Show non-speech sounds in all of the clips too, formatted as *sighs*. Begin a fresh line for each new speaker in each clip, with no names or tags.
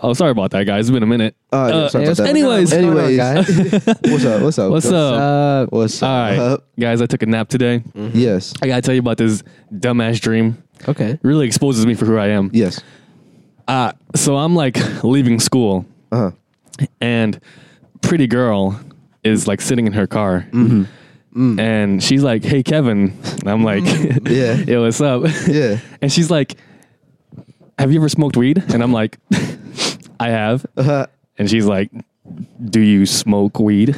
Oh, sorry about that, guys. It's been a minute.
Uh, yeah,
Uh,
sorry about
what's
that.
going on?
anyways.
What's going on,
Anyways.
guys?
*laughs* What's up? What's up?
What's up?
Uh,
What's
All right,
up? Mm.
guys. I took a nap today.
Mm-hmm.
Yes.
I gotta tell you about this dumbass dream.
okay.
Really exposes me for who I am.
Yes.
Uh, so I'm like leaving school,
Uh huh.
and pretty girl is like sitting in her car,
Mm-hmm.
and she's like, "Hey, Kevin," and I'm like,
Mm. *laughs* Yeah.
*laughs* yo, what's up?"
Yeah.
and she's like, "Have you ever smoked weed?" And I'm like, *laughs* "I have."
Uh,
And she's like, Do you smoke
*coughs*
weed?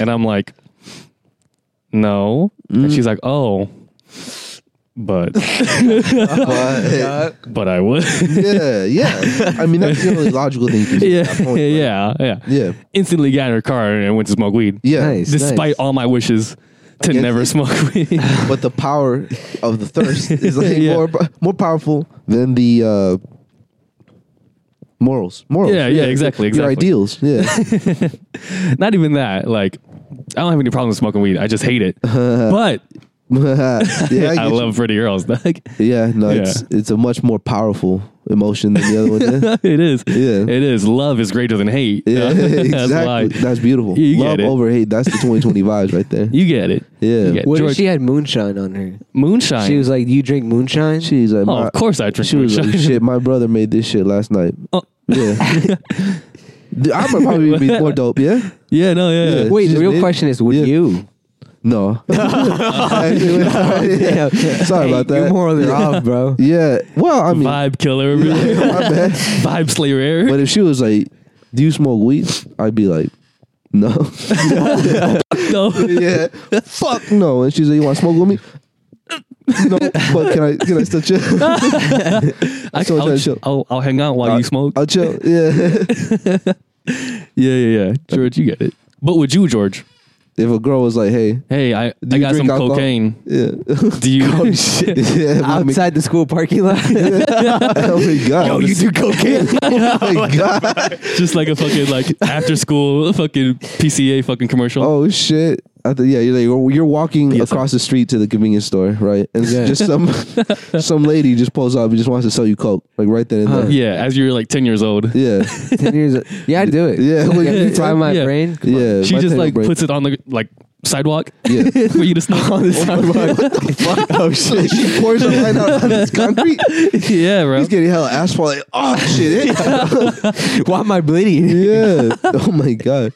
and I'm like, No. And
Mm.
she's like, Oh, but Oh,
but,
but I
*laughs*
would.
yeah, yeah. I mean, that's the
*laughs*
only logical thing to do. at
yeah, *laughs*
that point, right?
yeah, yeah.
Yeah.
Instantly got in her car and went to smoke weed.
Yeah.
Nice.
Despite all my wishes to
Against
never
it.
smoke *laughs* weed.
But the power of the
*laughs*
thirst is like
Yeah.
more more powerful than the uh, morals. Morals.
Yeah, yeah, exactly,
Your
exactly. *laughs*
ideals. Yeah. *laughs*
Not even that. Like, I don't have any problems smoking weed. I just hate
*laughs*
it. but
yeah.
I,
get you.
love pretty girls. *laughs* Like,
Yeah. No,
Yeah.
it's it's a much more powerful emotion than the other
*laughs*
one. Yeah.
it is.
Yeah.
It is. Love is greater than hate. *laughs*
Yeah,
That's
exactly.
life.
That's, beautiful.
You get
Love
it.
over hate. That's the 2020 vibes right
*laughs*
there.
You get it.
Yeah.
You get it.
What
George-
if she had moonshine on her?
Moonshine.
She was like, "You drink moonshine?"
She's like,
Oh,
my-
of course I drink
She was like,
moonshine.
shit. My brother made this shit last night.
*laughs* Oh. *laughs*
Yeah. Dude, I'm gonna probably be more dope. Yeah.
yeah, no, yeah.
Yeah.
Wait,
She's
the real
mid-
question is, would
Yeah. *laughs*
you?
*laughs*
No. Anyway,
*laughs* Damn.
Sorry about
Your
that.
morals are off, bro.
*laughs* Yeah. Well, I mean,
Vibe killer.
my bad.
*laughs* Vibe slayer.
*laughs* But if she was like, "Do you smoke weed?" I'd be like, "No." *laughs*
no. *laughs*
yeah. Fuck no. And she's like, "You want to smoke with me?" *laughs* no. But can I can I still chill?
*laughs* I,
So
I'll,
that
ch-
show- Uh,
I'll, I'll hang out while you smoke. *laughs*
I'll chill. Yeah. *laughs*
yeah, yeah, yeah. George, you get it. But would you, George?
if a girl was like, "Hey,
Hey, I, I
you
got some
drink alcohol? *laughs*
cocaine.
yeah,
Do you? oh, *laughs* shit.
yeah let me-
Outside the school
*laughs*
parking lot. *laughs*
oh my god,
Yo,
*laughs*
you do cocaine?
oh my god,
*laughs* Just like a fucking,
*laughs*
like, after school fucking PCA fucking commercial.
oh shit." I th- yeah, you're like you're- you're walking
PSA.
across the street to the convenience store, right? And
Yeah.
just
*laughs*
some some lady just pulls up and just wants to sell you coke, like right then and there.
Yeah, as you're like 10 years old. *laughs*
Yeah,
Ten years. Old. Yeah, I'd do it.
Yeah, wait,
yeah,
you
fry my
yeah.
brain.
yeah.
She
my
just
table
like
break.
puts it on the, like, sidewalk
Yeah.
*laughs* for you to
*laughs*
sneak on the sidewalk.
oh shit! She pours it right out
*laughs*
on this concrete.
*laughs* yeah, bro.
He's getting hella asphalt. Like, oh shit!
*laughs*
Why am I bleeding?
*laughs* yeah. Oh my god.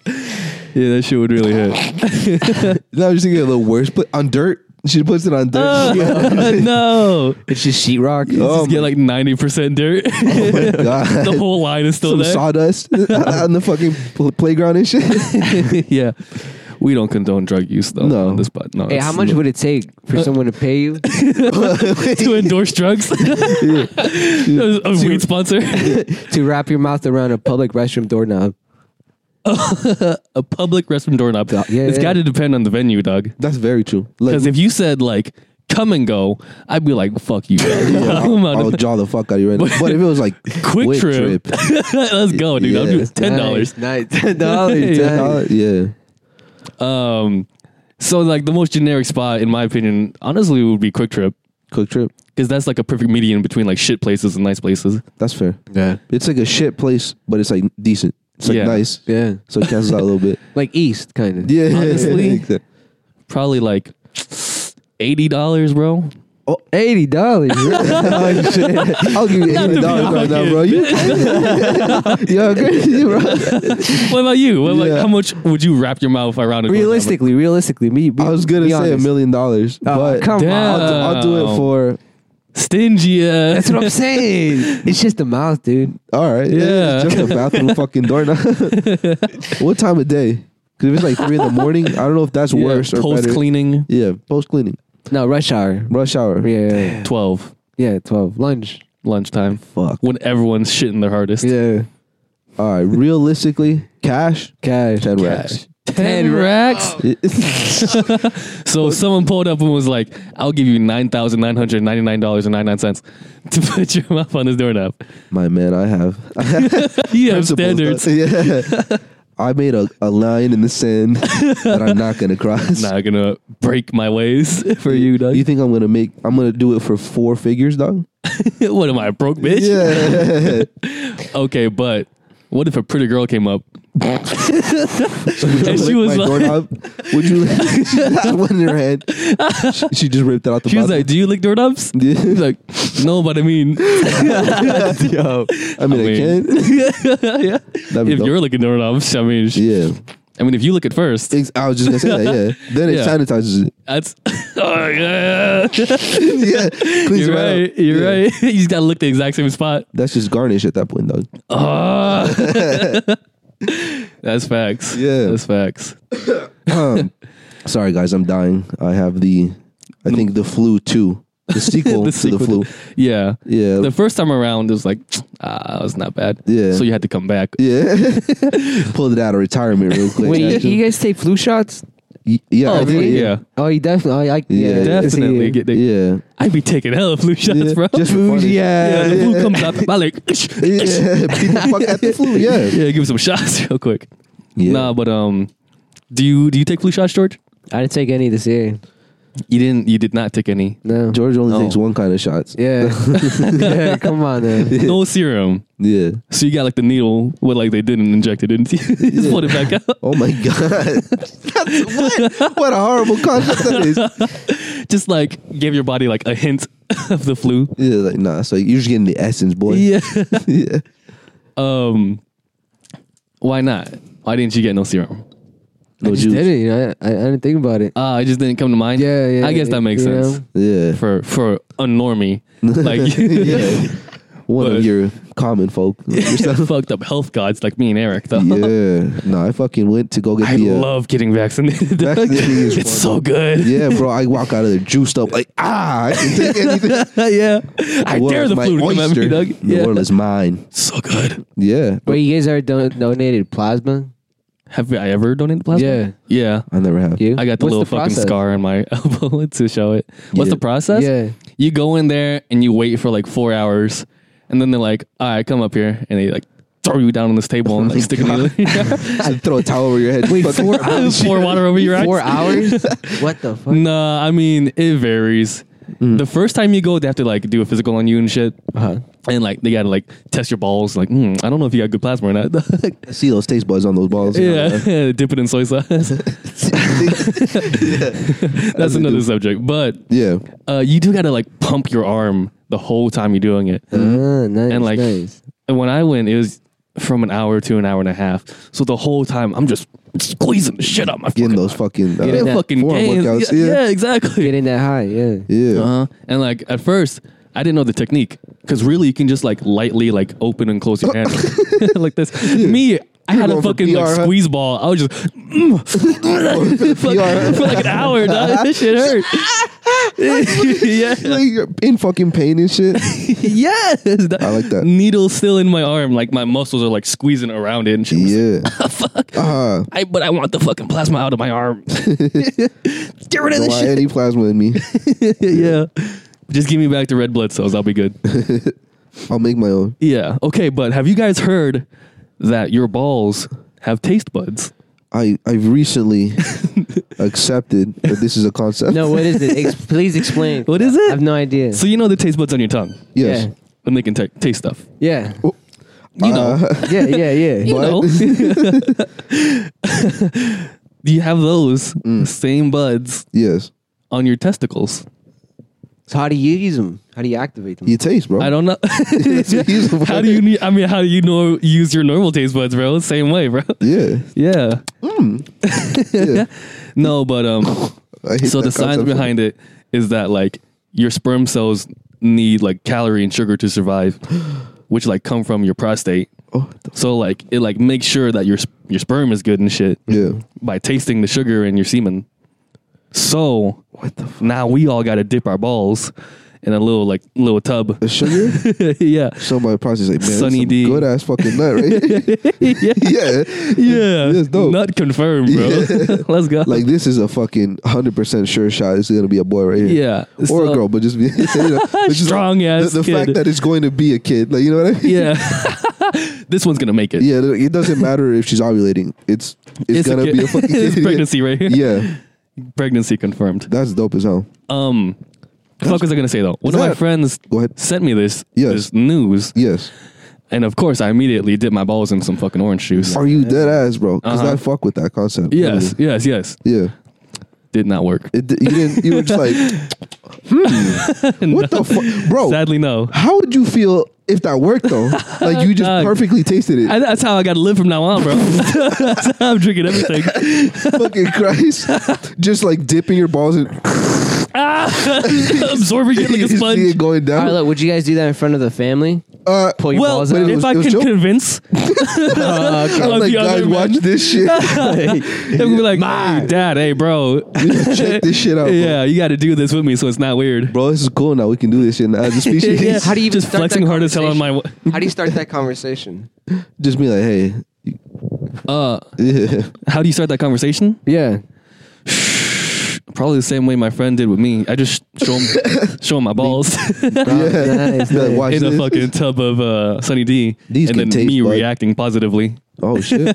yeah, that shit would really
*laughs*
hit.
Now I'm just thinking of the worst. Put on dirt. She puts it on dirt.
*laughs*
*laughs*
no.
*laughs* It's just sheetrock.
Oh
Oh. Just get like 90% dirt. *laughs*
my god.
the whole line is still
some
there.
sawdust *laughs* on the fucking pl- playground and shit. *laughs*
yeah. We don't condone drug use though.
No.
On this pod. No.
Hey,
it's-
how much would it take
Uh,
for someone to pay
*laughs*
you?
*laughs* to endorse *laughs* drugs? a a weed sponsor.
to wrap your mouth around a public restroom doorknob.
a public restroom doorknob.
Yeah, yeah,
it's
yeah.
got to depend on the venue, dog.
That's very true. Like,
Because if you said like come and go, I'd be like fuck you. *laughs* I'm
*laughs* I'll,
out of-
I'll jaw the fuck out of you right now. But if it was like
*laughs* Quick trip.
*laughs*
Let's go, dude. I'm
Yeah.
doing ten dollars.
Nice.
*laughs*
Ten dollars.
*laughs* Yeah.
$10, yeah,
Um, so like the most generic spot, in my opinion, honestly, would be Quick Trip.
quick trip.
Because that's like a perfect median between like shit places and nice places.
That's fair.
Yeah.
It's like a shit place, but it's like decent. It's like
Yeah.
nice,
Yeah.
so it cancels out a little bit. *laughs*
Like East, kind of.
Yeah, *laughs*
Honestly? Probably like eighty dollars, bro.
Oh, eighty dollars.
*laughs* oh,
*laughs*
shit. I'll give you
to be
eighty dollars right now,
fucking-
bro. You,
*laughs*
*laughs* you're crazy, bro.
What about you? What, like,
Yeah.
how much would you wrap your mouth around it?
realistically, realistically, me. be-
I was gonna
be
say a
honest.
million dollars,
Oh,
but
come
Damn.
on.
I'll, I'll do it for
stingy. uh,
That's what I'm saying.
*laughs*
it's just the mouth, dude.
All right.
Yeah.
Just a bathroom fucking
*laughs*
door knob. what time of day? Because if it's like three in the morning, I don't know if that's
yeah,
worse or
post
better.
cleaning.
Yeah, post cleaning,
No rush hour.
rush hour.
Yeah, yeah,
Twelve
yeah. Twelve lunch.
lunchtime
Fuck.
when everyone's shitting their hardest.
Yeah,
All right. Realistically, cash,
cash.
ten
Cash.
racks.
Ten racks. So if someone pulled up and was like, "I'll give you nine thousand nine hundred ninety nine dollars and ninety nine cents to *laughs* put your mouth on this doorknob."
*laughs* My man, I have
You have
principles,
standards.
though. Yeah. *laughs* I made a, a line in the sand that I'm not gonna
*laughs*
cross.
Not gonna break my ways *laughs* for you, dog.
You think I'm gonna make? I'm gonna do it
*laughs*
for four figures, dog.
what am I, a broke bitch?
Yeah.
Okay, but What if a pretty girl came up?
Would you
And she
lick
was
my
like-
doorknob? Would you? Lick, *laughs* she had one in her hand. She, she just ripped it out the.
She was
bottom.
like, "Do you lick
*laughs*
doorknobs?" He's like, "No, but I mean, *laughs*
Yo, I mean, I,
mean-
can.
yeah.
*laughs* That'd be
If
dope.
you're looking doorknobs, I mean, sh-
yeah,
I mean, if you look at first,
Ex- I was just gonna say that. Yeah, then it
*laughs* Yeah.
sanitizes it. *laughs*
that's. *laughs* oh yeah.
Yeah, cleans
You're
it right
right.
up.
You're
Yeah.
right. *laughs* you just gotta look the exact same spot.
*laughs* That's just garnish at that point, dog. *laughs*
Oh. that's facts.
Yeah.
that's facts.
Um,
*laughs*
Sorry, guys, I'm dying. I have the, I think the flu too. The
*laughs*
sequel
The
to
sequel
the flu.
Yeah.
Yeah,
The first time around, it was like, ah, it's not bad.
Yeah.
So you had to come back.
*laughs* yeah. Pulled it out of retirement real quick.
Wait, you,
actually.
you guys take flu shots?
Y- yeah, I
Oh,
did,
really?
yeah,
Yeah.
Oh, you definitely. I, I,
Yeah.
yeah,
Definitely. Get the-
yeah.
I'd be taking hella flu shots,
Yeah,
bro.
Just for fun.
yeah,
yeah.
the flu comes out the belly.
*laughs* Yeah, beat the fuck out the flu.
*laughs*
Yeah.
yeah, give me some shots *laughs* real quick.
yeah.
Nah, but um, do you do you take flu shots, George?
I didn't take any this year.
You didn't. You did not take any.
No.
George only
No.
takes one kind of shots.
Yeah. *laughs* yeah. Come
*laughs*
on, man.
*laughs* No serum.
Yeah.
So you got like the needle, what like they didn't inject it, didn't you? *laughs* Just
Yeah.
put it back out. *laughs*
Oh my *laughs* god. That's- what? What a horrible concept that is.
Just like give your body like a hint *laughs* of the flu.
Yeah, like nah. So you're just getting the essence, boy.
Yeah.
*laughs*
*laughs*
yeah.
Um. Why not? Why didn't you get no serum?
I
No
just
juice. Uh,
did it. You know? I, I didn't think about it.
Ah, it just didn't come to mind.
Yeah, yeah,
I guess that makes
you
sense
know?
Yeah.
for for a *laughs* normie like
*laughs*
*laughs*
yeah. One
But-
of your common folk.
*laughs*
Yourself.
fucked up health gods like me and Eric though.
yeah. No, I fucking went to go
*laughs*
get
I
the. uh,
love getting vaccinated. dog.
Vaccinating is
it's
fun.
so good.
yeah, bro. I walk out of there juiced up, like ah. I can take anything.
yeah. *laughs* I
world
dare
is
the
my
flu to come at me,
oyster.
dog.
The world
Yeah.
is mine.
So good.
Yeah.
Wait, you guys already don- donated plasma?
Have I ever donated plasma?
Yeah.
Yeah.
I never have.
You?
I got the
What's
little fucking
process?
scar on my *laughs* elbow to show it. What's
Yeah.
the process?
Yeah.
You go in there and you wait for like four hours, and then they're like, "All right, come up here," and they like throw you down on this table and like stick a
*laughs*
needle.
I'd throw a towel over your head.
Wait,
Fucking- *laughs*
four
*laughs*
hours?
Pour water over your eyes.
Four hours? what the fuck?
Nah, I mean it varies.
Mm.
The first time you go, they have to like do a physical on you and shit,
Uh-huh.
and like they gotta like test your balls. Like, mm, I don't know if you got good plasma or not. *laughs*
I see those taste buds on those balls.
yeah, *laughs* dip it in soy sauce. That's
they
another
do.
subject, but
*laughs* Yeah.
uh, you do gotta like pump your arm the whole time you're doing it.
Ah, nice,
And like
nice.
and when I went, it was from an hour to an hour and a half. So the whole time I'm just squeezing the shit out my
Getting
fucking
those fucking. Uh,
Yeah,
that
fucking
forearm
gains.
workouts,
Yeah,
yeah.
yeah, exactly.
Getting that high, yeah.
yeah.
Uh-huh. And like at first, I didn't know the technique because really you can just like lightly like open and close your
*laughs*
hand *laughs* like this. Me, I had a
going for
fucking
PR,
like
huh?
squeeze ball. I was just
*laughs*
for, *laughs*
PR.
for like an hour.
*laughs*
Dog. This shit hurt. *laughs* yeah,
Like you're in fucking pain
*laughs*
and shit.
yes.
I like that.
Needle still in my arm. Like my muscles are like squeezing around it and shit. *laughs*
yeah. Fuck. Uh,
I but I want the fucking plasma out of my
*laughs*
arm. *laughs* Get rid of
don't
*laughs* this
want
shit.
any plasma in
*laughs*
me.
yeah. Just give me back the red blood cells. I'll be good.
I'll make my own.
yeah. Okay, but have you guys heard that your balls have taste buds?
I
*laughs*
I've recently accepted that this is a concept.
No, what is it? Ex- please explain.
What is
I
it?
have no idea.
So you know the taste buds on your tongue,
Yes.
Yeah.
and they can ta taste stuff.
Yeah.
You know.
Yeah, yeah, yeah.
you know. *laughs* you have those same buds
Yes.
on your testicles.
So how do you use them? How do you activate them?
You taste, bro.
I don't know. *laughs*
That's what *laughs* he's about.
how do you? ne- I mean, how do you know use your normal taste buds, bro? Same way, bro. *laughs*
Yeah.
Yeah.
Yeah.
*laughs* No, but um,
I *laughs* hate
so
that
the science
concept.
behind it is that like your sperm cells need like calorie and sugar to survive, *gasps* which like come from your prostate.
Oh,
So like it like makes sure that your sp- your sperm is good and shit
yeah.
by tasting the sugar in your semen. So
What the fuck?
now we all got to dip our balls in a little like little tub. *laughs*
The sugar?
yeah.
Somebody probably say, man,
Sunny
Sunny
D.
D. good ass fucking nut, right?
*laughs* yeah.
*laughs* yeah.
Yeah.
That's dope.
Not confirmed, bro. *laughs* Let's go.
Like this is a fucking hundred percent sure shot. It's gonna be a boy right here.
yeah.
Or
So-
a girl, but just be *laughs* you know,
*laughs*
but just
Strong ass
The, the
kid.
fact that it's going to be a kid, like you know what I mean?
Yeah. *laughs* this one's gonna make it.
Yeah, it doesn't matter if she's ovulating. It's it's,
a
gonna
kid.
be a fucking kid.
*laughs* it's pregnancy right here.
*laughs* Yeah,
Pregnancy confirmed.
that's dope as hell.
Um, what the fuck was I gonna say though? One of my
that-
friends
Go ahead.
sent me this
Yes.
this news
Yes.
And of course, I immediately dipped my balls in some fucking orange juice.
Are you dead ass, bro? Because
Uh-huh.
I fuck with that concept.
Yes, yes, yes.
Yeah. Yeah.
Did not work.
It, you didn't. You were just like,
*laughs*
hmm, *laughs* what the fuck, bro?
Sadly, no.
How would you feel if that worked though? Like you just
*laughs* Dog.
perfectly tasted *laughs* it.
And that's how I got to live from now on,
*laughs*
bro. *laughs* That's how I'm drinking everything. *laughs*
Fucking Christ! just like dipping your balls in
Ah, absorbing it like
*laughs* you
a
see
sponge.
it going
All
down.
right, look, would you guys do that in front of the family?
uh,
Pull your
Well,
balls
if
it
out?
was-
I
it was
can
joke. *laughs*
convince,
I'm
Of
like,
the
guys,
other
watch
men."
this
*laughs*
shit.
they're gonna be like,
Mine.
"Hey, Dad, hey, bro,
Check this shit out,
*laughs*
bro.
yeah, you got to do this with me, so it's not weird."
bro. This is cool. Now we can do this shit now
*laughs*
as a species.
Yeah.
How do you even
just
start that
flexing hard as hell on my?
How do you start that conversation?
Just be like, hey,
Uh,
yeah.
how do you start that conversation?
Yeah.
Probably the same way my friend did with me. I just show him, show him my balls
Yeah. Like,
nice, nice.
*laughs*
watch
in a
this.
fucking tub of uh, Sunny D,
These
and
can
then
taste,
me
bud.
reacting positively. *laughs*
Oh shit!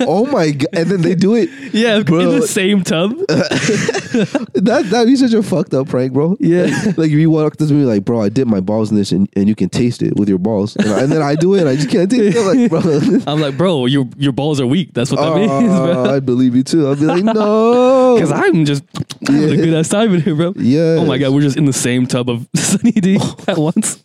oh my god! And then they do it.
Yeah, *laughs* in
Bro.
the same tub.
That that'd be such a fucked up prank, bro.
Yeah.
Like if you walk up to me like, bro, I dip my balls in this, and, and you can taste it with your balls, and, I- and then I do it, and I just can't taste it. I'm
*laughs*
like, bro,
I'm like, bro, your your balls are weak. That's what that means, *laughs*
*laughs* oh,
bro.
I'd believe you too. I'd
*laughs*
be like, no,
Because I'm just I had a good ass time in here, bro.
Yes.
Oh my god, we're just in the same tub of *laughs* Sunny D at once,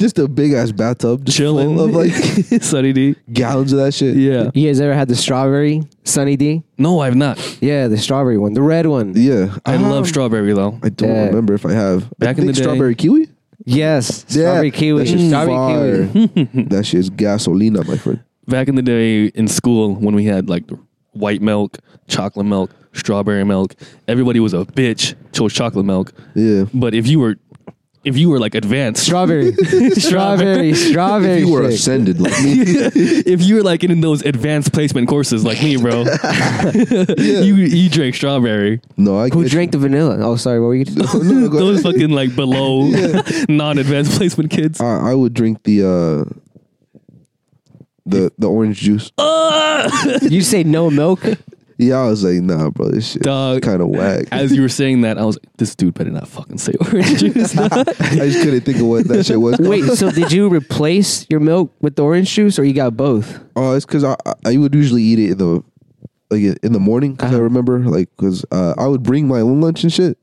just a big ass bathtub, just
chilling.
full of like *laughs*
*laughs* Sunny D.
gallons of that shit.
Yeah.
You guys ever had the strawberry Sunny D?
No, I've not.
Yeah, the strawberry one, the red one.
yeah.
I love
strawberry.
strawberry though.
I don't
Yeah.
remember if I have.
Back
I
in
think
the day-
strawberry kiwi.
Yes,
Yeah,
strawberry kiwi.
that shit's
Strawberry
*laughs*
kiwi.
kiwi. that shit's gasolina, my friend.
Back in the day in school when we had like white milk, chocolate milk, strawberry milk, everybody was a bitch chose chocolate milk.
Yeah.
But if you were if you were like advanced,
*laughs*
Strawberry, strawberry, strawberry.
If you were
shake.
ascended like me,
*laughs*
if you were like in those advanced placement courses like me,
*laughs*
bro, you you drink strawberry.
no, I
Who
get
drank the vanilla? Oh, sorry. What were you?
you. No, no, go
Those
ahead.
fucking like below non-advanced placement kids.
*laughs* I, I would drink the uh the the orange juice.
you say no milk?
Yeah, I was like, nah, bro, this shit
Dog.
kind of whack.
*laughs* As you were saying that, I was like, this dude better not fucking say *laughs* orange
*laughs*
juice.
I just couldn't think of what that
*laughs*
shit was.
*laughs* Wait. So did you replace your milk with the orange juice, or you got both?
Oh, it's because I I would usually eat it in the like in the morning because
Uh-huh.
I remember like because uh, I would bring my own lunch and shit.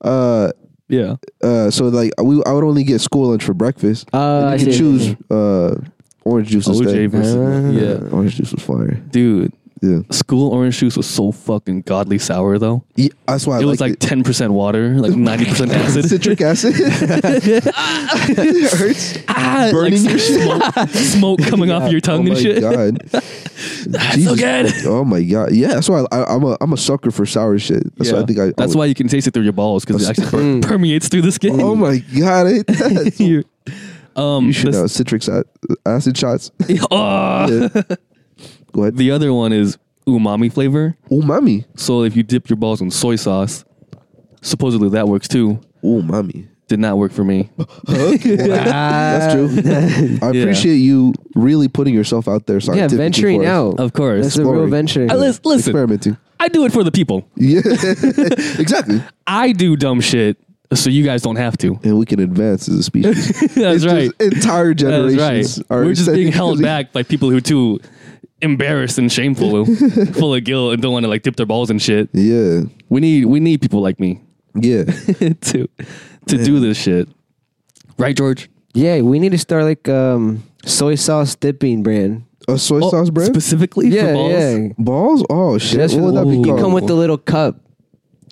Uh,
yeah.
uh, so like we I would only get school lunch for breakfast.
Uh,
and
I
you could
see. *laughs*
choose uh orange juice
OJ
instead.
Oh, versus yeah.
Orange juice was fire.
Dude,
Yeah,
school orange juice was so fucking godly sour though.
yeah that's why I
It was like
liked
*laughs* ten percent water,
*laughs*
like ninety percent acid.
it.
*laughs*
citric acid. it hurts.
Ah,
burning
like
your
smoke, smoke coming off your tongue
oh
and
my
shit.
god.
That's so
Jesus.
good.
Oh my god. Yeah, that's why I, I'm a I'm a sucker for sour shit. That's why I think I.
That's why you can taste it through your balls because it actually per- permeates through the skin.
Oh my god! I, that's
*laughs* You- um,
You should
this-
know citric ac- acid shots. *laughs*
*laughs* Ah.
Go ahead.
The other one is umami flavor.
Umami.
So if you dip your balls in soy sauce, supposedly that works too.
Umami.
Did not work for me.
*laughs* That's true.
Uh, *laughs*
I
Yeah.
appreciate you really putting yourself out there
Yeah,
scientifically.
venturing
for us.
out.
Of course.
that's a real
Exploring.
venture.
I lis- listen,
Experimenting.
I do it for the people.
Yeah, *laughs* exactly.
I do dumb shit, so you guys don't have to. *laughs*
And we can advance as a species.
That's
It's
right.
just entire
That's
generations
right.
are
We're just being held
*laughs* essentially-
back by people who too embarrassed and
*laughs*
shameful, full of guilt, and don't want to like dip their balls in shit.
Yeah,
We need we need people like me *laughs*
yeah.
to to do this shit. Right, George?
Yeah, we need to start like um soy sauce dipping brand.
A Uh, soy sauce bread.
Specifically
Yeah,
for balls?
yeah.
Balls? Oh shit!
That's
what would
what
that be
Ooh.
called?
Come with the little cup.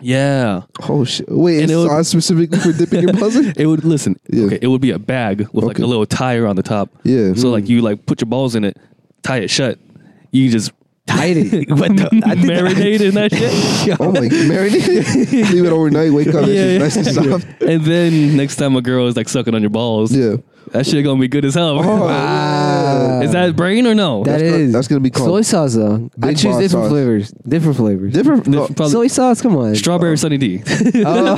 Yeah.
oh shit! Wait,
And
it's
it would-
sauce specifically for dipping your *laughs* balls in?
It would listen.
Yeah.
Okay, it would be a bag with like
Okay.
a little tire on the top.
Yeah. Hmm.
So like you like put your balls in it, tie it shut. You
*laughs*
just
Hide it.
*laughs* what marinate in that shit. *laughs*
Oh my! Marinated. Leave it overnight. Wake up.
Yeah,
It's just nice and soft.
And then next time a girl is like sucking on your balls,
Yeah.
that shit gonna be good as hell. bro.
Oh, Wow.
*laughs* Is that brain or no?
That
That's
is
gonna- that's gonna be called
soy sauce though. I
Big
choose
Boss
different
sauce.
flavors. Different flavors.
different?
*laughs*
No.
Probably-
soy sauce. Come on. *laughs*
strawberry Sunny D.
Oh,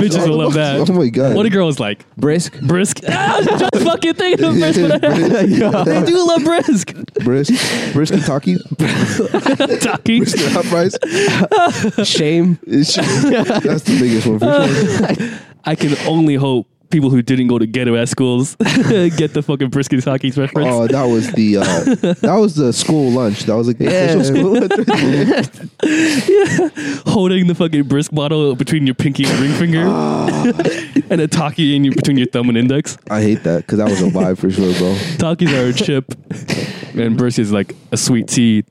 Bitches will love that.
Oh my God.
What a girl's like
brisk.
brisk. *laughs* Ah, just fucking thinking of brisk. but
*laughs*
I- *laughs* They do love brisk.
Brisk, brisk Kentucky,
Taki.
brisk hot
*laughs*
fries.
Shame.
It's- That's the biggest one for sure.
I can only hope people who didn't go to ghetto ass schools *laughs* get the fucking brisket hockey's reference.
Oh, that was the uh, that was the school lunch. That was like the official school lunch. *laughs*
holding the fucking brisk bottle between your pinky and ring finger,
Ah.
and a taki in your, between your thumb and index.
I hate that because that was a vibe for sure, bro.
Takis are a chip, and brisk is like a sweet tea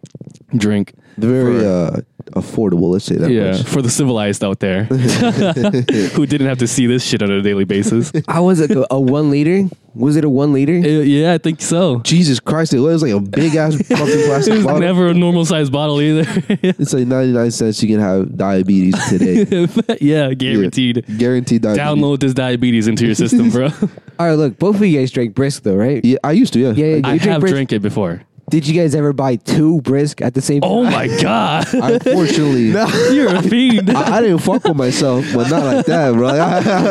drink.
Very
For-
uh, affordable. Let's say that.
yeah,
much.
for the civilized out
*laughs*
there who didn't have to see this shit on a daily
*laughs*
basis.
How was it? A one liter? Was it a one liter?
Uh, yeah, I think
*laughs*
so.
Jesus Christ, it was like a big
*laughs*
ass fucking plastic bottle.
Never a normal sized bottle either. *laughs*
it's like ninety nine cents. You can have diabetes
*laughs*
today.
yeah, guaranteed.
Yeah. Guaranteed diabetes.
Download this diabetes into your system,
*laughs*
bro.
All right, look, both of you guys drank brisk though, right?
Yeah, I used to. Yeah.
Yeah, yeah.
I
You drink
have
brisk?
drank it before.
Did you guys ever buy two brisk at the same time?
Oh my god, *laughs*
I,
*laughs*
unfortunately,
you're
*laughs*
a fiend.
I, I didn't fuck with myself, but not like that, bro.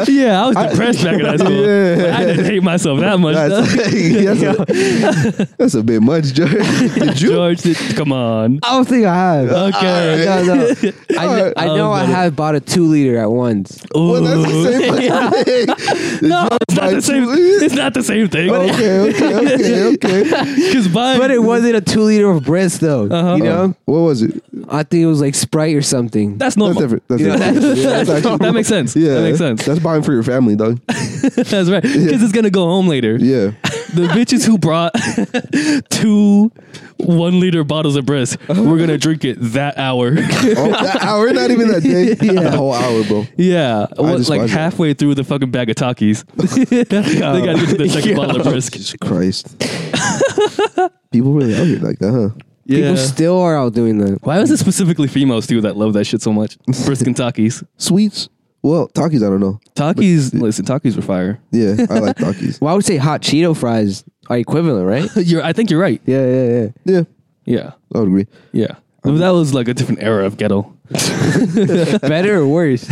*laughs*
Yeah, I was depressed back in high school.
Yeah.
But I didn't hate myself that much. though. *laughs*
that's, that's a, that's a bit much, George.
*laughs*
Did *laughs* you?
George, did- come on.
I don't think I have.
Okay.
No,
*laughs*
no. I, kn- I
All
know I
right.
have bought a two liter at once.
*laughs* Well, that's
Ooh.
the
*laughs*
same thing.
No, it's not the same. It's not the same thing.
okay, okay, okay, okay.
*laughs* Because by
But it wasn't a two liter of brisk though.
Uh-huh.
You know?
Um, What was it?
I think it was like Sprite or something.
that's
That's
normal.
different. That's
*laughs*
Yeah,
different. Yeah, that's actually-
That makes sense.
*laughs* Yeah,
That makes
*laughs*
sense.
That's buying for your family, dog.
That's right. Because it's gonna go home later.
Yeah,
The bitches who brought *laughs* two one liter bottles of brisk, we're gonna drink it that hour. *laughs*
oh, that hour, not even that day. Yeah, the whole hour, bro.
yeah, what,
just
like
watched it.
halfway through the fucking bag of Takis, *laughs* they gotta get to the second bottle of brisk.
Oh, Jesus Christ. People really out here like that, huh?
Yeah.
People still are out doing that.
Why was it specifically females too that love that shit so much? Brisk and Takis.
Sweets? Well, Takis, I don't know.
Takis, listen, Takis were fire.
Yeah, I
*laughs*
like Takis.
Well, I would say hot Cheeto fries are equivalent, right?
You're, I think you're right.
yeah, yeah, yeah.
Yeah,
Yeah,
I would agree.
yeah. that was like a different era of ghetto.
Better
*laughs*
or worse?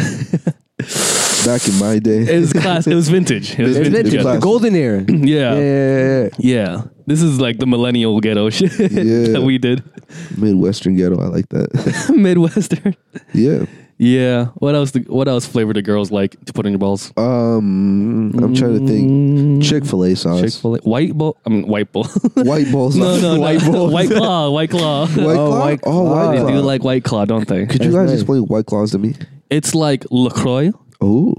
Back in my day. *laughs*
It was class. It was vintage. It was
It's
vintage.
vintage,
ghetto.
the golden era. yeah,
Yeah.
yeah,
yeah,
yeah, yeah.
This is like the millennial ghetto *laughs* shit
Yeah.
that we did. *laughs*
Midwestern ghetto, I like that. *laughs*
Midwestern.
yeah.
Yeah. What else? what else flavor do girls like to put in your balls?
Um, I'm trying to think. Chick Fil A sauce,
Chick Fil A, white ball. I mean, *laughs* white ball.
Mm, *laughs* white balls,
no, no,
white
no.
balls,
*laughs* White claw. White claw.
White
Oh,
claw,
White
oh, white
They
claw.
do like white claw, don't they?
Could you
That's
guys
nice.
explain white claws to me?
It's like Lacroix.
Oh,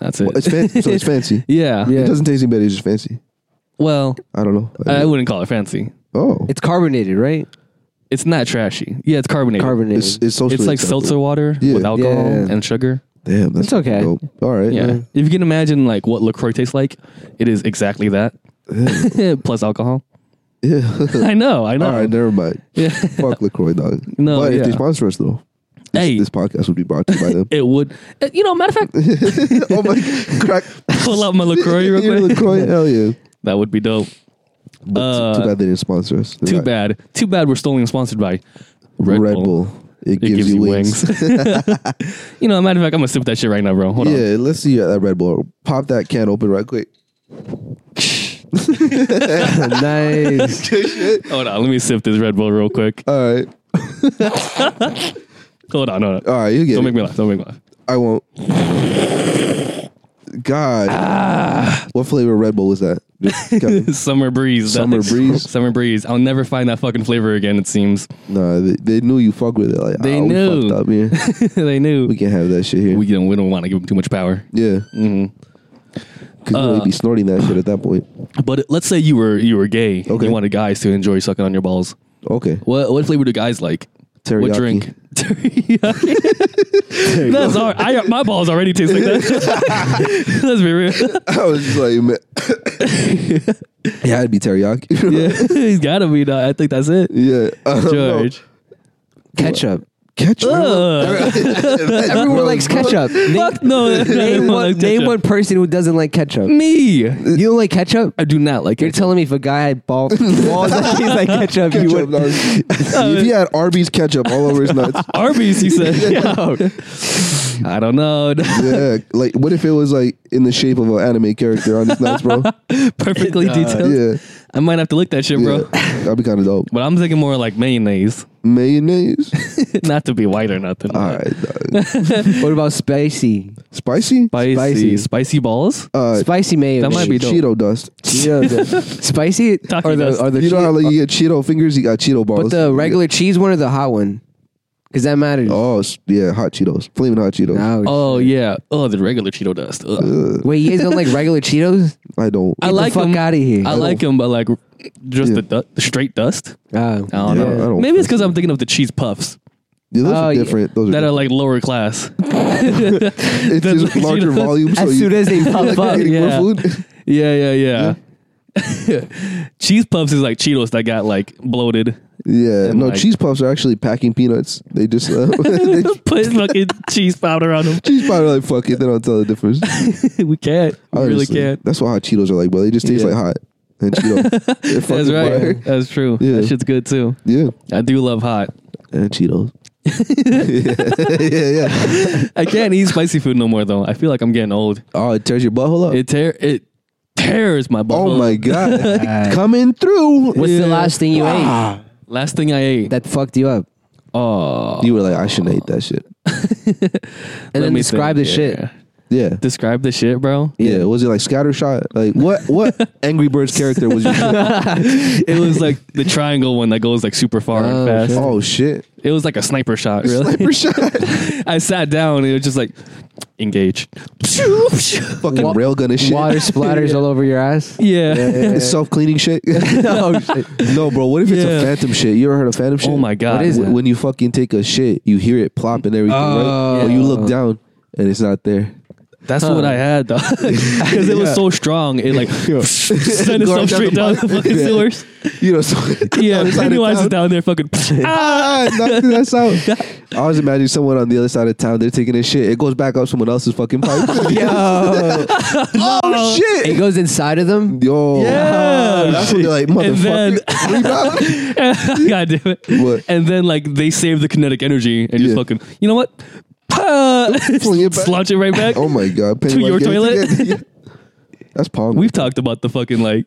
That's it.
it's fancy. so it's fancy.
*laughs* yeah.
Yeah.
It doesn't taste any better. It's just fancy.
Well,
I don't know.
I wouldn't call it fancy.
oh,
It's carbonated, right?
It's not trashy. Yeah, it's carbonated.
Carbonated.
it's it's socially
It's like
acceptable.
seltzer water
Yeah.
with alcohol
Yeah.
and sugar.
Damn, that's
It's okay.
dope. All right.
Yeah.
Yeah.
If you can imagine like what LaCroix tastes like, it is exactly that. *laughs* Plus alcohol. I know, I know.
*laughs* All right. Never mind.
Yeah.
Fuck Lacroix, dog.
No,
but if they
yeah.
sponsor us though, this,
Hey.
this podcast would be brought to you by them.
It would *laughs* uh, you know, matter of fact,
oh my
*laughs*
crack.
pull out my
*laughs*
LaCroix
You're
real quick.
LaCroix, hell yeah.
That would be dope.
But
Uh,
too bad they didn't sponsor us. They're
Too
not-
bad. Too bad we're stolen and sponsored by Red,
Red
Bull.
Bull. It,
It gives, you wings. *laughs* you know, matter of fact, I'm gonna sip that shit right now, bro. Hold on.
*laughs* Yeah, let's see that Red Bull. Pop that can open right *laughs* quick.
nice.
*laughs* Hold on, let me sip this Red Bull real quick.
All right,
Hold on, hold on.
all right, you get
Don't
it.
make me laugh. Don't make me laugh.
I won't. God,
Ah.
what flavor Red Bull was that?
*laughs*
Just Kevin?
Summer breeze. that-
Summer breeze.
*laughs* Summer breeze. I'll never find that fucking flavor again. It seems *laughs*
no, they, they knew you fuck with it. Like,
They
"Ah, we
knew.
fucked
*laughs*
up here.
they knew
We can't have that shit here.
we Mm-hmm. don't. We don't want to give them too much power.
yeah, because you know
Uh,
you'd be snorting that shit at that point.
But let's say you were you were gay. and
Okay.
You wanted guys to enjoy sucking on your balls.
Okay,
What what flavor do guys like? What
Teriyaki.
drink? *laughs* Teriyaki. *laughs* That's all. I my balls already taste like that. *laughs* Let's be real.
I was just like, man. *laughs* yeah, it'd be teriyaki. *laughs*
Yeah, he's gotta be. Dog. I think that's it.
yeah, Uh, no. *laughs*
George.
ketchup.
ketchup.
*laughs* Ugh.
Everyone likes ketchup. Name,
Fuck no. *laughs*
name one, name one person who doesn't like
Mm.
ketchup.
Me.
You don't like ketchup?
I do not like
You're
it.
telling me if a guy had ball, balls that tastes like ketchup, you
Ketchup, dog.
would. *laughs*
if he had Arby's ketchup all over his nuts,
Arby's, he said. Yo. I don't know. *laughs*
yeah. Like, what if it was like in the shape of an anime character on his nuts,
*laughs*
bro?
Perfectly detailed.
Yeah,
I might have to lick that shit,
yeah.
bro.
That'd be kind of dope.
But I'm thinking more like mayonnaise, *laughs*
Mayonnaise.
*laughs*
not to be white or nothing.
All right, dog.
What about spicy?
Spicy?
Spicy,
Spicy.
spicy, balls.
Uh,
Spicy mayo.
That might be dope.
Cheeto dust.
Yeah, the,
*laughs* spicy.
Taco
or the
dust.
or the
you know
cheese-
how like, you get Cheeto fingers, you got Cheeto balls.
uh, But the regular cheese one or the hot one? Because that matters.
Oh s- yeah, hot Cheetos, flaming hot Cheetos.
No,
oh yeah. Oh, the regular Cheeto dust. Ugh.
Ugh,
Wait, you guys don't like regular Cheetos? Oh.
I don't.
I
the
like
fuck
them.
outta here.
I like them, but like just
Yeah.
the, du- the straight dust.
Oh.
I don't
Yeah,
know.
I don't
Maybe it's
fuck
because I'm thinking of the cheese puffs
Yeah, those
Oh,
are
yeah.
different. Those are,
that are like
different.
lower class. *laughs* that
it's just
like
larger
Cheetos.
volume. So
As
you,
soon as they pop
Fuck,
up,
eating more
yeah.
food.
Yeah, yeah, yeah. *laughs* cheese puffs is like Cheetos that got like bloated.
*laughs* yeah,
And,
no
like-
cheese puffs are actually packing peanuts. They
*laughs*
just uh, *laughs* they,
Put fucking cheese powder on them.
cheese powder like fuck it. They don't tell the difference.
*laughs* we can't. We really
Honestly.
can't.
That's what hot Cheetos are like, bro. They just taste
Yeah.
like hot.
*laughs*
And Cheeto. They're
That's
fucking
right.
fire.
That's true.
Yeah.
That shit's good too.
Yeah,
I do love hot.
and Cheetos. yeah, yeah, yeah.
I can't eat spicy food no more though. I feel like I'm getting old.
Oh, it tears your butthole up.
It tear it tears my butthole.
oh
*laughs*
my god, coming through.
what's the last thing you ate
Last thing I ate.
that fucked you up?
oh,
You were like, I shouldn't eat that shit.
And then
me
describe the
think.
shit.
Yeah.
Yeah.
Describe the shit, bro.
Yeah, was it like scattershot? Like what?
*laughs*
What Angry Birds character was you?
It was like the triangle one that goes like super far
Oh,
and fast.
oh shit!
It was like a sniper
*laughs*
shot, really.
Sniper
*laughs*
shot,
I sat down and it was just like
*laughs*
engage. yeah.
fucking
Wa-
railgun and shit. *laughs*
Water splatters all over your ass.
*laughs*
It's self cleaning shit.
oh shit!
*laughs* no, bro. What if it's
Yeah.
a phantom shit? You ever heard of phantom shit?
Oh my god.
What is
Wh-
it?
When you fucking take a shit, you hear it plop and everything, right?
Oh.
Or you look down and it's not there.
That's what I had *laughs* though. Because it was
Yeah.
so strong. It
*laughs*
like sent
Going
itself
down
straight
the
down
pipe.
the fucking
Yeah.
sewers.
You know, *laughs* so
*laughs* Yeah.
other side of
Penny was
town.
down there fucking
*laughs* Ah,
*laughs*
knock that's out. I always imagine someone on the other side of town. They're taking this shit. It goes back up someone else's fucking
*laughs*
pipe.
Yo,
*laughs* oh
it
shit!
goes inside of them.
*laughs*
Yo,
Yeah.
that's when they're like,
And then-
*laughs* motherfucker.
*laughs*
rebound.
God damn it.
What?
And then like they save the kinetic energy and just
Yeah.
fucking you know what? Pa! *laughs*
Fling it back.
Slouch it right back.
Oh
*laughs*
my god! Pennywise
your
getting
toilet?
together. *laughs* That's Pong.
We've talked about the fucking
*laughs*
like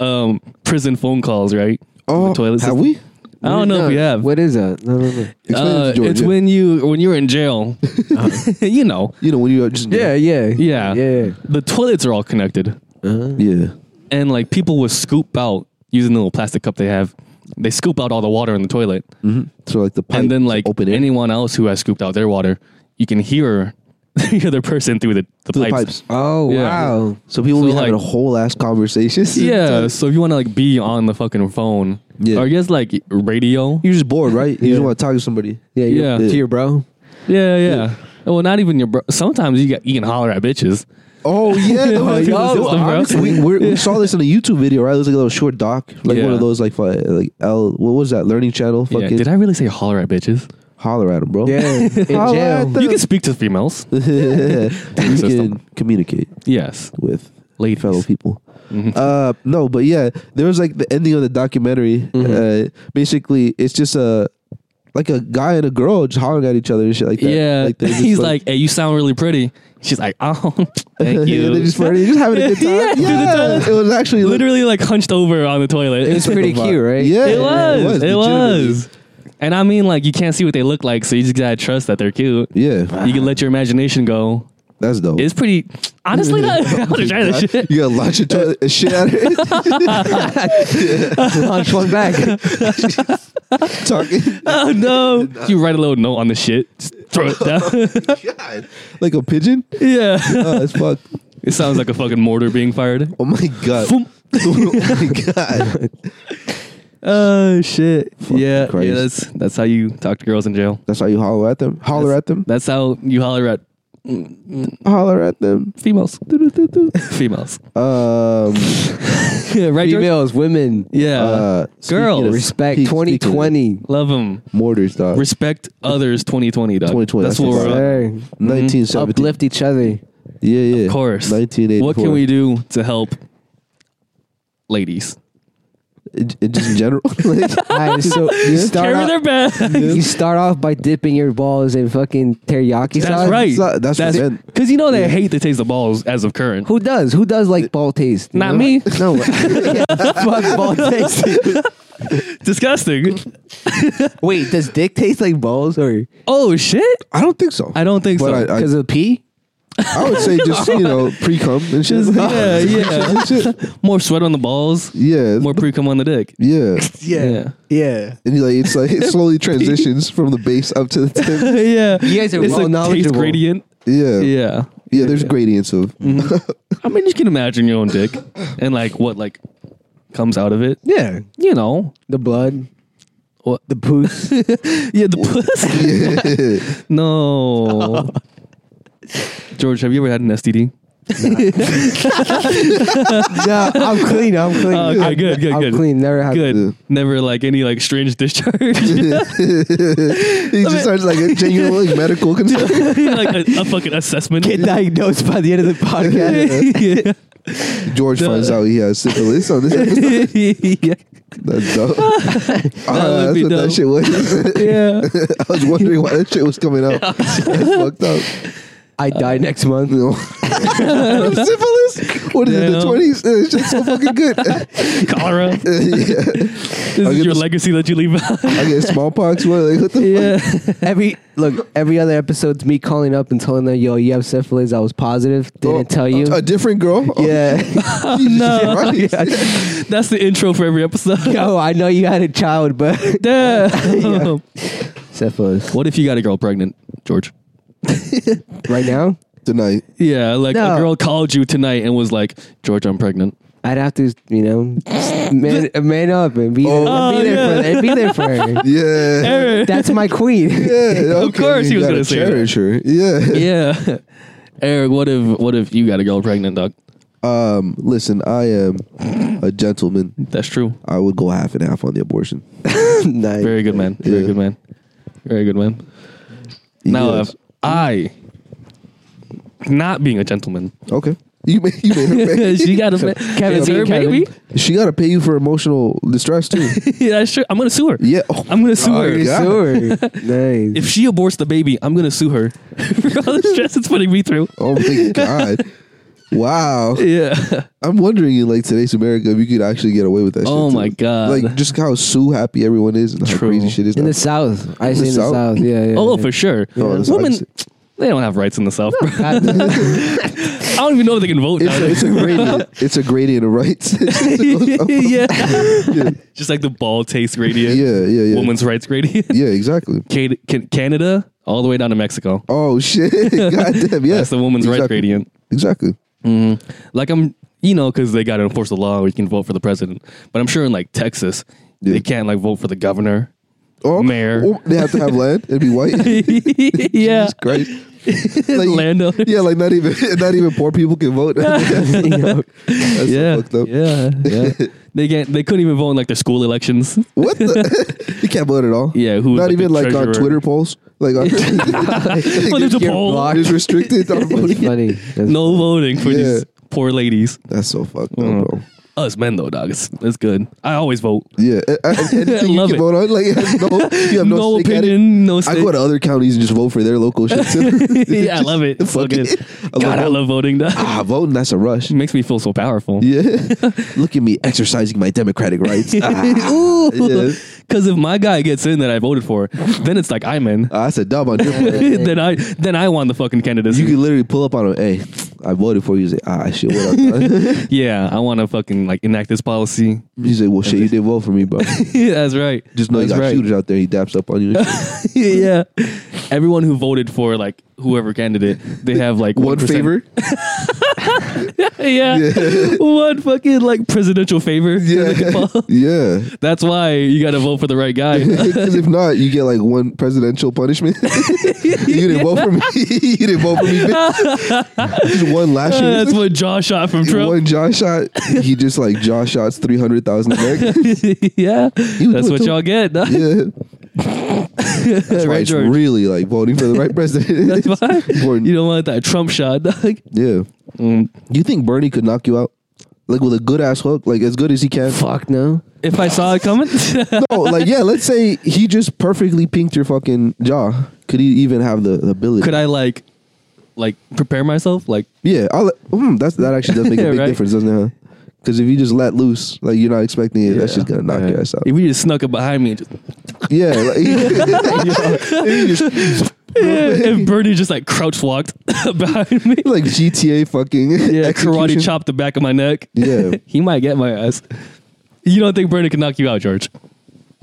um prison phone calls, right?
oh,
the toilet
have
system.
we?
I don't know if we have.
What is that? No, no, no.
Explain it to
Uh,
Georgia.
it's when you when you're in
*laughs*
jail, *laughs* you know
you know when you uh, just
Yeah, yeah,
Yeah.
yeah.
the toilets are all connected,
yeah.
and like people will scoop out using the little plastic cup they have. They scoop out all the water in the toilet,
So like the pipe
and then
is
like
open air.
anyone else who has scooped out their water, you can hear *laughs* the other person through the, the
Through the
pipes.
pipes.
Oh
Yeah.
wow!
So people
So,
be having
like-
a whole ass *laughs* conversation.
Yeah, so if you want to like be on the fucking phone,
Yeah.
or I guess like radio.
You're just bored, right? You
Yeah.
just want to talk to somebody.
Yeah, you-
Yeah.
To your bro.
Yeah, yeah. Well, not even your. Bro- Sometimes you got, you can holler at bitches.
*laughs* Oh yeah, no,
Through the
yo,
system, bro.
honestly, we, we're, we saw this in a YouTube video, right? It was like a little short doc, like
Yeah.
one of those like fi- like L. What was that? Learning Channel.
Yeah.
Fucking
Did I really say holler at bitches?
holler at him, bro. *laughs*
Yeah, in
*laughs*
Holler
jail.
at them.
You can speak to
*laughs*
females.
you
system.
can communicate
yes,
with
ladies.
fellow people.
Mm-hmm.
Uh, no, but yeah, there was like the ending of the documentary.
Mm-hmm.
Uh, basically, it's just a like a guy and a girl just hollering at each other and shit like that.
Yeah, *laughs*
they're just,
he's like, "Hey, you sound really pretty." She's like, "Oh, *laughs*
*laughs*
thank you."
they're just flirting, just having a
*laughs*
good
Yeah,
time.
through the
Yeah,
toilet.
it was actually
Literally like hunched over on the toilet.
It was pretty cute, right?
Yeah,
It was. It
legitimately.
was. And I mean, like, you can't see what they look like, so you just gotta trust that they're cute.
Yeah,
You can let your imagination go.
that's dope. Oh
It's pretty. Honestly, *laughs*
*laughs*
that, I wanna try that shit.
You gotta launch your toilet and shit at it.
*laughs*
Punch one back.
*laughs* Talking
*laughs* Oh no! *laughs* You write a little note on the shit. Just throw it down. *laughs*
like a pigeon.
yeah.
Oh, it's fucked.
*laughs* It sounds like a fucking mortar being fired.
Oh my god.
Foom.
*laughs* oh
*laughs*
my god.
Oh shit! yeah,
Christ.
yeah. That's that's how you talk to girls in jail.
That's how you holler at them. Holler at them.
That's how you holler at
Holler at them.
females. *laughs*
Do-do-do-do.
females.
Um.
Yeah, *laughs* right. George?
Females, women,
Yeah.
Uh,
Girls.
speaking of-
respect.
speak-
Twenty
speaking of
twenty.
Love them.
Mortars, dog.
Respect others. Twenty twenty. uh, Twenty
2020,
That's
that's
what
what
we're.
I'm
Of
Nineteen seventy.
Uplift each
*laughs*
other.
Yeah, yeah. Of
mm-hmm. course.
Nineteen eighty.
What can we do to help ladies
just in
*laughs*
general. *laughs* Like,
All right, so you start
carry
off,
their
*laughs*
bag?
you start off by dipping your balls in fucking teriyaki sauce.
That's right.
it's not- that's what I meant.
because you know they hate the taste of balls as of current.
Who does? Who does like ball taste? You
Not
know?
me.
*laughs* No.
*laughs*
Fuck ball taste.
Disgusting.
Wait, does dick taste like balls or
Oh shit!
I don't think so.
*laughs* I don't think
But
so.
I-
because of pee?
I would say just you know pre cum and shit. *laughs*
yeah, yeah.
Shit.
More sweat on the balls.
yeah,
More pre cum on the dick.
yeah.
Yeah.
yeah.
And you like it's like it
*laughs*
slowly transitions from the base up to the tip.
yeah.
You guys are
it's
well
a taste
knowledgeable.
gradient. *laughs*
Yeah, yeah.
Yeah. Mm-hmm.
there's gradients of
I mean, you can imagine your own dick and like what like comes out of it.
Yeah.
You know.
The blood,
What?
the poos. *laughs*
Yeah, the pussy.
yeah.
No. George, have you ever had an STD?
nah, I'm clean. I'm clean.
Oh, okay,
I'm,
good, good,
I'm
good.
clean. Never had
Good.
Yeah.
Never like any like strange *laughs* discharge.
he just starts
*laughs*
like a genuine like, medical concern.
like a, a fucking assessment.
Get diagnosed by the end of the podcast.
yeah.
George finds out he has syphilis on this episode.
*laughs* yeah.
That's dope.
would
Ah, that's
be
what that
dope.
shit was. *laughs*
Yeah.
I was wondering why that shit was
*laughs*
coming out. That's fucked up.
I die next month.
No. syphilis? What is it,
Damn.
the 20s? Uh, shit's so
*laughs*
fucking good. *laughs*
Cholera.
yeah.
This
I'll
is
get
your
the-
legacy that you leave behind.
I get smallpox. What, like, what the
*laughs* yeah.
*laughs* Every look, every other episode's me calling up and telling them, "Yo, you have syphilis. I was positive.
fuck?
Didn't tell you."
A, different
*laughs*
girl? Oh,
yeah. *laughs*
Jesus
no. *laughs*
Christ.
That's the intro for every episode.
Yo, I know you had a child, but *laughs*
Damn.
syphilis.
What if you got a girl pregnant, George?
Right now,
Tonight.
Yeah, like
No.
a girl called you tonight and was like, George, I'm pregnant.
I'd have to, you know, man, man up and be,
Oh.
be there for her. Be there for
*laughs*
her.
Yeah.
That's my queen.
Yeah, okay,
course
you
he was
gotta
gonna say that.
cherish her. Yeah.
Yeah. *laughs* Eric, what if what if you got a girl pregnant, dog?
Um. Listen, I am a gentleman.
That's true.
I would go half and half on the abortion.
*laughs* nice.
Very good man. Very
Yeah.
good man. Very good man. Now
Yes.
if I not being a
*laughs*
gentleman. *laughs*
okay. You made, you made her pay.
she got a
*laughs*
Kevin,
it's her
Kevin.
baby. *laughs*
She got to pay you for emotional distress too.
yeah, that's true. I'm gonna sue her.
Yeah. Oh,
I'm gonna sue
Oh,
her.
yeah.
*laughs* Sure. nice.
If she aborts the baby, I'm gonna sue her *laughs* for all the stress it's putting me through.
oh my god. Wow.
Yeah.
I'm wondering in like today's America if you could actually get away with that.
Oh
shit too.
my God.
Like just how so happy everyone is and how
True.
crazy shit is.
in
now.
the South, I
In
say
the
in
South?
the South. Yeah. yeah
Oh,
yeah.
for sure.
Oh, that's
Women,
obvious.
they don't have rights in the South. bro. *laughs* I don't even know if they can vote.
It's a, it's a gradient.
*laughs*
It's a gradient of rights.
nowadays. *laughs* yeah.
*laughs* yeah,
Just like the ball taste gradient,
yeah, yeah. yeah.
women's rights gradient,
Yeah, exactly.
Can- can- Canada, all the way down to Mexico. *laughs*
Oh shit! God damn, yeah.
That's the women's
exactly.
rights gradient. Mm-hmm.
Exactly.
Like I'm, you know, because they got to enforce the law where you can vote for the president. But I'm sure in like Texas,
Yeah.
they can't like vote for the
*laughs*
governor. *laughs*
Oh,
Mayor.
oh, they have to have land and
*laughs*
be white.
yeah.
Jesus
*laughs*
Christ. Like,
Lando.
*laughs* Yeah, like not even not even poor people can
*laughs*
vote. *laughs* That's so
Yeah,
fucked up.
yeah,
*laughs*
yeah. they can't. They couldn't even vote in like the school elections.
What? The? *laughs* you can't vote at all.
Yeah, who was,
Not
like, the
even like on
treasurer?
Twitter polls.
*laughs*
Like *laughs* on
Well, there's a
You're
poll.
blocked. It's
*laughs*
restricted. on
That's
voting.
funny. That's
No voting for
Yeah.
these poor ladies.
That's so fucked up,
Mm.
bro.
Us men though, dog. It's, it's good. I always vote.
Yeah, A-
*laughs*
a- anything you
Love
can
it.
vote on. Like you have no, you have no,
No
stake at it.
opinion. No.
I
stake.
go to other counties and just vote for their local shit. Too.
*laughs*
*laughs*
yeah, I love it. It's so
Fuck
good.
it. I
God,
love
I
voting.
love voting. Though. It
Ah, voting. That's a rush.
makes me feel so *laughs* powerful.
Yeah, *laughs* look at me exercising my democratic *laughs* rights. Ah, yeah.
Because if my guy gets in that I voted for, then it's like I'm in. *laughs*
Ah, that's a dub on your *laughs* part.
then I then I won the fucking candidacy.
You can literally pull up on him. Hey, I voted for you. He's like, ah, shit. What up? *laughs* dog?"
yeah, I want to fucking like enact this policy. *laughs*
He's like, well, shit. You didn't vote for *laughs* me, bro.
Yeah, That's right.
Just know you
That's
got
right.
shooters out there. He daps up on *laughs* you. and shit.
*laughs* yeah. Everyone who voted for like whoever candidate, they have like
One
1%.
*laughs* favor.
*laughs* yeah.
*laughs*
One fucking like presidential favor.
Yeah, yeah.
*laughs*
*laughs*
That's why you got to vote for the right guy.
Because if not, you get like one presidential punishment. *laughs* you didn't vote for me. *laughs* you didn't vote for me. *laughs* bitch. Just one lashing.
That's what jaw shot from Trump.
One jaw shot. He just like jaw shots three hundred thousand *laughs* Americans.
*laughs* yeah. That's
it
what
too.
y'all get. *laughs* dog.
Yeah. That's why
right,
it's
George?
really like voting for
*laughs*
the right president.
That's
It's
why
*laughs* important.
you don't want that Trump shot. *laughs* Dog.
yeah. You think Bernie could knock you out? Like with a good ass hook, like as good as he can.
fuck no.
If I saw it coming, *laughs*
No, like yeah. Let's say he just perfectly pinked your fucking jaw. Could he even have the, the ability?
could I like like prepare myself? Like
Yeah, I'll, let- hmm, that's that actually does
*laughs*
make a big
Right.
difference, doesn't it? Because if you just let loose, like you're not expecting it, that's just gonna knock your ass out. *laughs*
*laughs* if you just snuck it behind me and just
Yeah, like, if you just
and Bernie just like crouch walked *laughs* behind me.
like GTA fucking
yeah,
execution.
karate chopped the back of my neck.
Yeah.
*laughs* he might get my ass. You don't think Bernie can knock you out, George?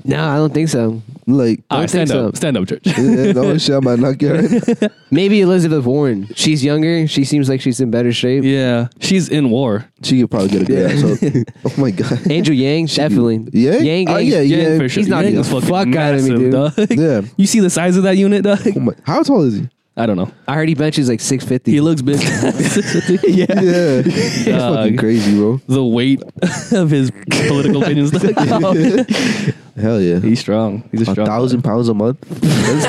No, I don't think so.
*laughs*
Like
All right,
think
stand up,
so.
stand up, George.
yeah, no shit, I might
*laughs*
knock you out.
Maybe Elizabeth Warren. She's younger. She seems like she's in better shape.
yeah, she's in war.
She could probably get a good asshole. *laughs* Oh my god.
Andrew
*laughs*
Yang, definitely.
Yeah?
Yang,
Oh,
Yang,
yeah,
Yeah,
yeah.
for sure.
he's not
Yang
getting
is
the
fucking
fuck out of me, dude.
massive, dog.
Yeah.
*laughs* You see the size of that unit, dog? *laughs*
Oh my, how tall is he?
I don't know.
I heard he benches like six fifty.
He looks *laughs* big. yeah.
*laughs* Yeah. That's fucking crazy, bro.
The weight *laughs* of his political
*laughs*
opinions. dog.
Hell yeah.
He's strong. He's a
a
strong.
thousand pounds a month? That's,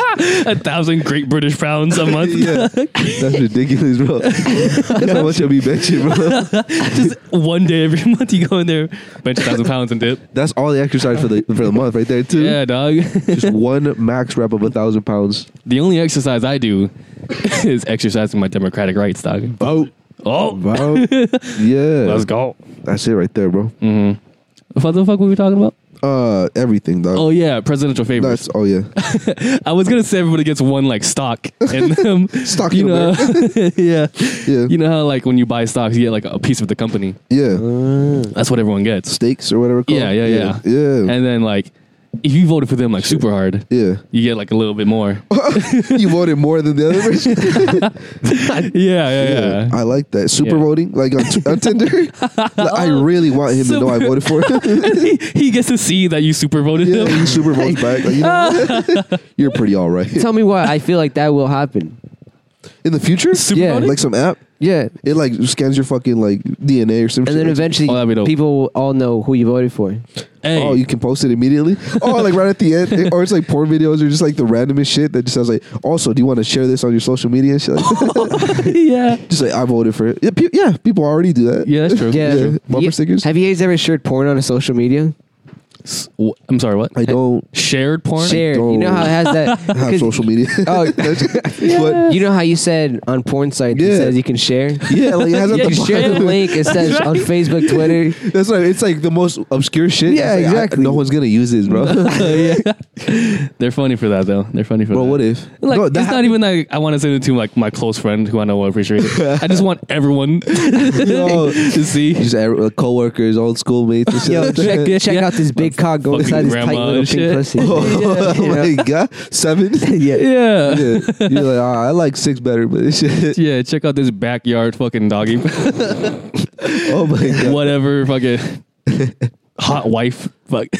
guy. A thousand Great British pounds a month.
*laughs* *laughs* yeah. That's ridiculous, *laughs* bro. That's how much I'll be benching, bro.
Just one day every month you go in there, bench a thousand pounds and dip.
*laughs* That's all the exercise for the for the month right there too.
Yeah, dog. *laughs*
Just one max rep of a thousand pounds.
the only exercise I do *laughs* is exercising my democratic rights, dog.
Vote.
Oh, *laughs*
Vote. yeah.
let's go.
That's it right there, bro.
Mm. What the fuck were we talking about?
Uh everything dog.
Oh yeah, presidential favorites. *laughs*
That's oh yeah.
I was gonna say everybody gets one like stock,
*laughs*
and um,
Stock
you
in
know, *laughs* yeah,
Yeah.
you know how like when you buy stocks, you get like a piece of the company.
yeah.
That's what everyone gets.
Steaks or whatever. it's
Yeah,
called.
yeah, yeah,
Yeah.
And then like, if you voted for them like super hard,
yeah.
you get like a little bit more.
Oh, you voted more than the other person.
*laughs* yeah, yeah, *laughs* yeah.
I like that. Super
Yeah.
voting, like on, on
*laughs*
Tinder. Like, I really want him to know I
Super-
voted for him.
*laughs* he, he gets to see that you super voted
yeah,
him.
he super votes back. Like, you know
*laughs*
what? You're pretty all right.
Tell me why I feel like that will happen.
In the future,
Super
Yeah,
voting?
like some app,
Yeah,
it like scans your fucking like DNA or some
and
shit.
then eventually
Oh, that'd be dope.
people will all know who you voted for.
*laughs* hey,
Oh, you can post it immediately. Oh, like right at the end, or it's like porn videos or just like the randomest shit that just sounds like. Also, do you want to share this on your social media and shit? Like that?
*laughs*
*laughs*
yeah,
just like I voted for it. Yeah, pe- yeah, people already do that.
yeah, that's true.
Yeah,
Bumper
Ye-
stickers?
Have you guys ever shared porn on social media?
S- wh- I'm sorry, what?
I don't
Shared porn.
Shared. You
don't
know how it has
*laughs*
that.
have
*laughs* 'cause
social media.
Oh. *laughs*
That's- but
You know how you said on porn sites it
Yeah.
says you can share.
yeah, like it has
*laughs*
at
Yeah,
the
You share the
bottom.
link. It says on Facebook, Twitter.
*laughs* That's right. It's like the most obscure shit.
Yeah,
It's like, I-
exactly.
no one's gonna use this,
*laughs*
bro. *laughs*
They're funny for that though. They're funny for
bro,
that.
what if?
Like,
no,
it's
that
not even like I want to send it to like my close friend who I know will appreciate it.
*laughs*
I just want everyone
No.
to
*laughs*
see.
just uh, coworkers, old schoolmates. and shit
Yo,
like that.
check,
Yeah.
check out this big cock going
Fucking
inside this
grandma
tight little
and
pink
shit.
pussy.
*laughs* *laughs* Oh my god, seven.
*laughs* yeah.
Yeah. yeah. *laughs*
yeah, you're like, "Ah, I like six better, but this shit. *laughs*
check out this backyard fucking doggy.
Oh my
*laughs*
*laughs*
god.
Whatever
*laughs*
fucking hot wife. Fuck. *laughs*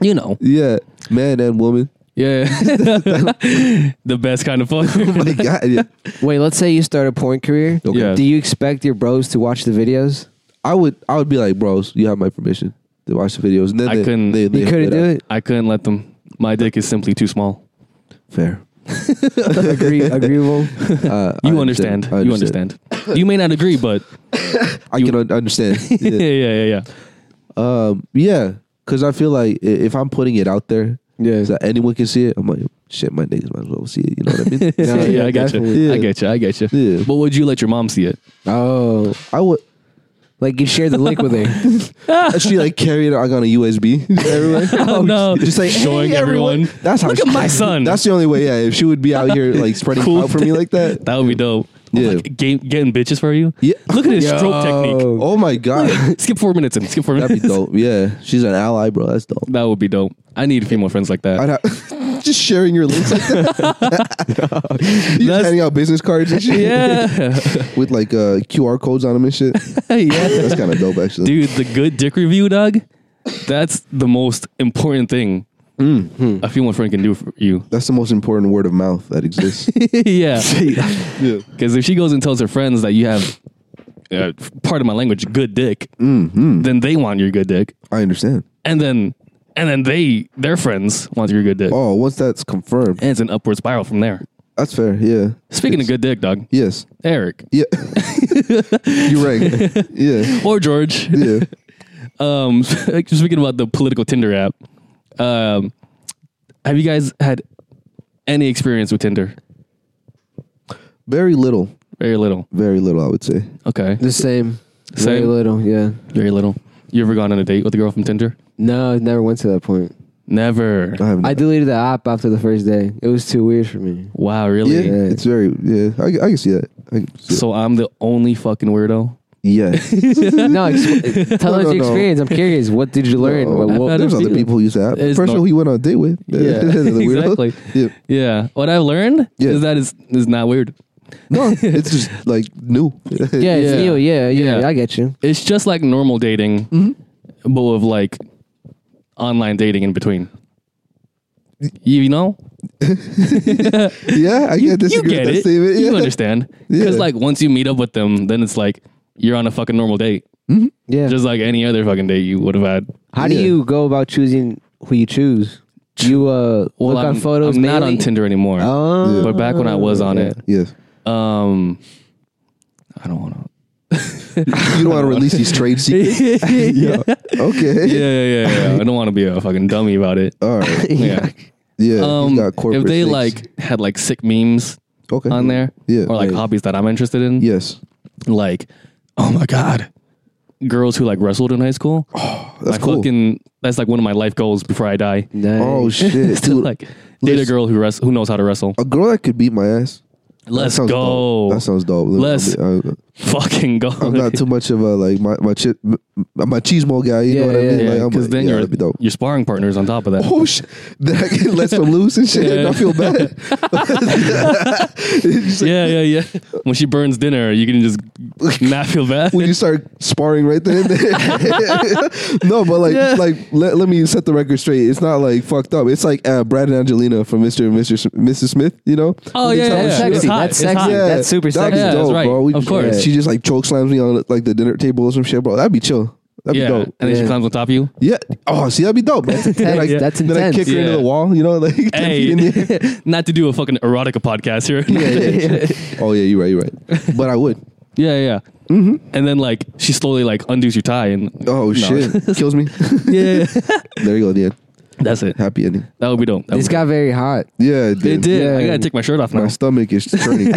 You know.
Yeah, man and
*laughs*
woman. *laughs*
Yeah. *laughs* the best kind of
Oh
fun.
my god. Yeah.
Wait, let's say you start a porn career.
Okay.
Yeah.
Do you expect your bros to watch the videos?
I would. I would be like, bros, you have my permission to watch the videos. And then
I
they,
couldn't-
They, they
You couldn't
hooked
do
up.
it.
I couldn't let them. My dick is simply too small.
*laughs*
Fair.
*laughs*
Agree, agreeable.
Uh,
You
I
understand.
I
You understand. You may not agree, but
I can un- understand.
*laughs* yeah,
*laughs* Yeah.
yeah, yeah,
Um, yeah, because I feel like i- if I'm putting it out there,
Yeah.
so that anyone can see it, I'm like, shit, my niggas might as well see it. You know what I mean?
*laughs* yeah.
No,
yeah,
yeah,
I get you.
definitely.
I get you. I get you.
Yeah.
But would you let your mom see it?
Oh,
I would.
like you share the link with
*laughs*
her.
She like carried it like on a USB. *laughs* everywhere.
Oh no!
*laughs* Just like
showing
"Hey,
everyone.
That's how.
Look at
she-
my son.
That's the only way. Yeah, if she would be out here
*laughs*
like spreading
Cool.
out for me like that.
That would be dope.
Yeah.
Like, game, getting bitches for you.
Yeah.
*laughs* Look at his stroke
*laughs*
technique.
Oh my god,
Skip four minutes and skip four
that'd
minutes.
be dope. Yeah, she's an ally, bro. That's dope.
*laughs* That would be dope. I need female friends like *laughs* that.
I'd have, *laughs* just sharing your links like that. you just
That's-
handing out business cards and shit
Yeah, *laughs*
with like uh, QR codes on them and shit.
yeah.
That's kind of dope, actually.
Dude, the good dick review, dog. That's the most important thing
Mm-hmm.
a female friend can do for
*laughs*
you.
That's the most important word of mouth that exists.
*laughs* yeah.
yeah.
Because if she goes and tells her friends that you have, uh, part of my language, good dick,
Mm-hmm.
then they want your good dick,
I understand.
and then and then they their friends want your good dick,
Oh, once that's confirmed,
and it's an upward spiral from there.
that's fair. Yeah.
Speaking of good dick, dog,
Yes.
Eric
Yeah. *laughs* You're right. Yeah.
or George.
Yeah.
Um, *laughs* speaking about the political Tinder app, um, have you guys had any experience with Tinder?
Very little.
Very little.
Very little, I would say.
Okay,
The same. Very
Same?
little, yeah.
very little. You ever gone on a date with a girl from Tinder?
No, I never went to that point.
Never.
I have no-
I deleted the app after the first day. It was too weird for me.
Wow,
yeah,
really?
Yeah.
it's very yeah. I, I can see that. I can see that.
So I'm the only fucking weirdo. *laughs*
yes.
no, ex- tell
No,
us
no,
your
no.
experience. I'm curious. What did you learn?
No,
What- what-
*laughs* had
there's
a
other
few.
people who use that.
It's
First of
not-
all, he went on a date with. *laughs*
Yeah,
The weirdo.
exactly.
Yeah.
Yeah. What I've learned
Yeah.
is that it's, it's not weird.
No, it's just like new.
yeah,
*laughs*
it's
Yeah.
new. Yeah, yeah,
Yeah.
I get you.
It's just like normal dating,
Mm-hmm.
but with like online dating in between. You know,
yeah. I
you,
can't
you
disagree
get
with that
it.
statement.
You
Yeah.
understand? Because
*laughs* Yeah.
like once you meet up with them, then it's like you're on a fucking normal date,
Yeah.
just like any other fucking date you would have had.
How do
Yeah.
you go about choosing who you choose? Do you uh, look
I'm,
on photos?
I'm not
mainly?
on Tinder anymore,
Oh,
but back when I was on it,
Yes.
um, I don't want to.
You don't want to release these
*laughs*
trade secrets. *laughs* yeah.
Yeah,
Okay.
yeah, yeah, yeah. I don't want to be a fucking dummy about it.
All right.
Yeah.
*laughs* Yeah.
Um,
he's got corporate
if they
things.
like had like sick memes
okay.
on there,
Yeah.
or like
Right.
hobbies that I'm interested in,
Yes.
like, oh my god, girls who like wrestled in high school.
Oh, That's
my
cool.
fucking that's like one of my life goals before I die. *laughs*
nice.
oh shit,
Is to,
dude!
like date a
let's-
girl who wrest- who knows how to wrestle.
a girl that could beat my ass.
Let's
sounds
go.
dope. That sounds dope. Let me-
Let's-
I- I-
*laughs* Fucking go. *laughs*
I'm not too much of a like my my chip m- m- my cheese mole guy. You
Yeah,
know what I
yeah,
mean?
yeah,
like, I'm
because
like,
then
yeah,
your
that'd be dope.
your sparring partners on top of that.
Oh *laughs* shit! Then I can let them loose and shit. And I feel bad. *laughs* It's just like,
yeah, yeah, yeah. When she burns dinner, you can
*laughs*
just not feel bad.
When you start sparring right then, *laughs* no, but like, like let, let me set the record straight. It's not like fucked up. It's like uh, Brad and Angelina from Mister and Mister Mrs. Smith. You know?
Oh
When they
yeah,
tell
yeah,
her
yeah.
shit
It's
Sexy.
hot.
That's
It's
sexy.
hot.
Yeah. That's super
that'd
sexy.
Be
Yeah,
dope,
that's right.
bro. We-
Of course.
She just like choke slams me on like the dinner table or some shit, bro. That'd be chill. That'd
yeah.
be dope.
And then she
Yeah.
climbs on top of you.
Yeah. Oh, see, that'd be
*laughs*
dope, man. Then I-
intense. That's
Then I
intense.
kick her into
Yeah.
the wall, you know, *laughs* like 10 feet in the air.
Hey, not to do a fucking erotica podcast here.
*laughs* Yeah, yeah, yeah. Oh yeah, you're right, you're right. But I would.
*laughs* yeah, yeah. Mm-hmm. And then like she slowly like undoes your tie and
*laughs* Oh *laughs* shit, kills me.
yeah,
there you go, Dan.
that's it.
Happy ending.
That would be dope. That
This
would be
got very hot.
Yeah,
dope. it
Dan.
did. I
Yeah.
gotta take my shirt off
My
now.
*laughs* stomach is *laughs* turning.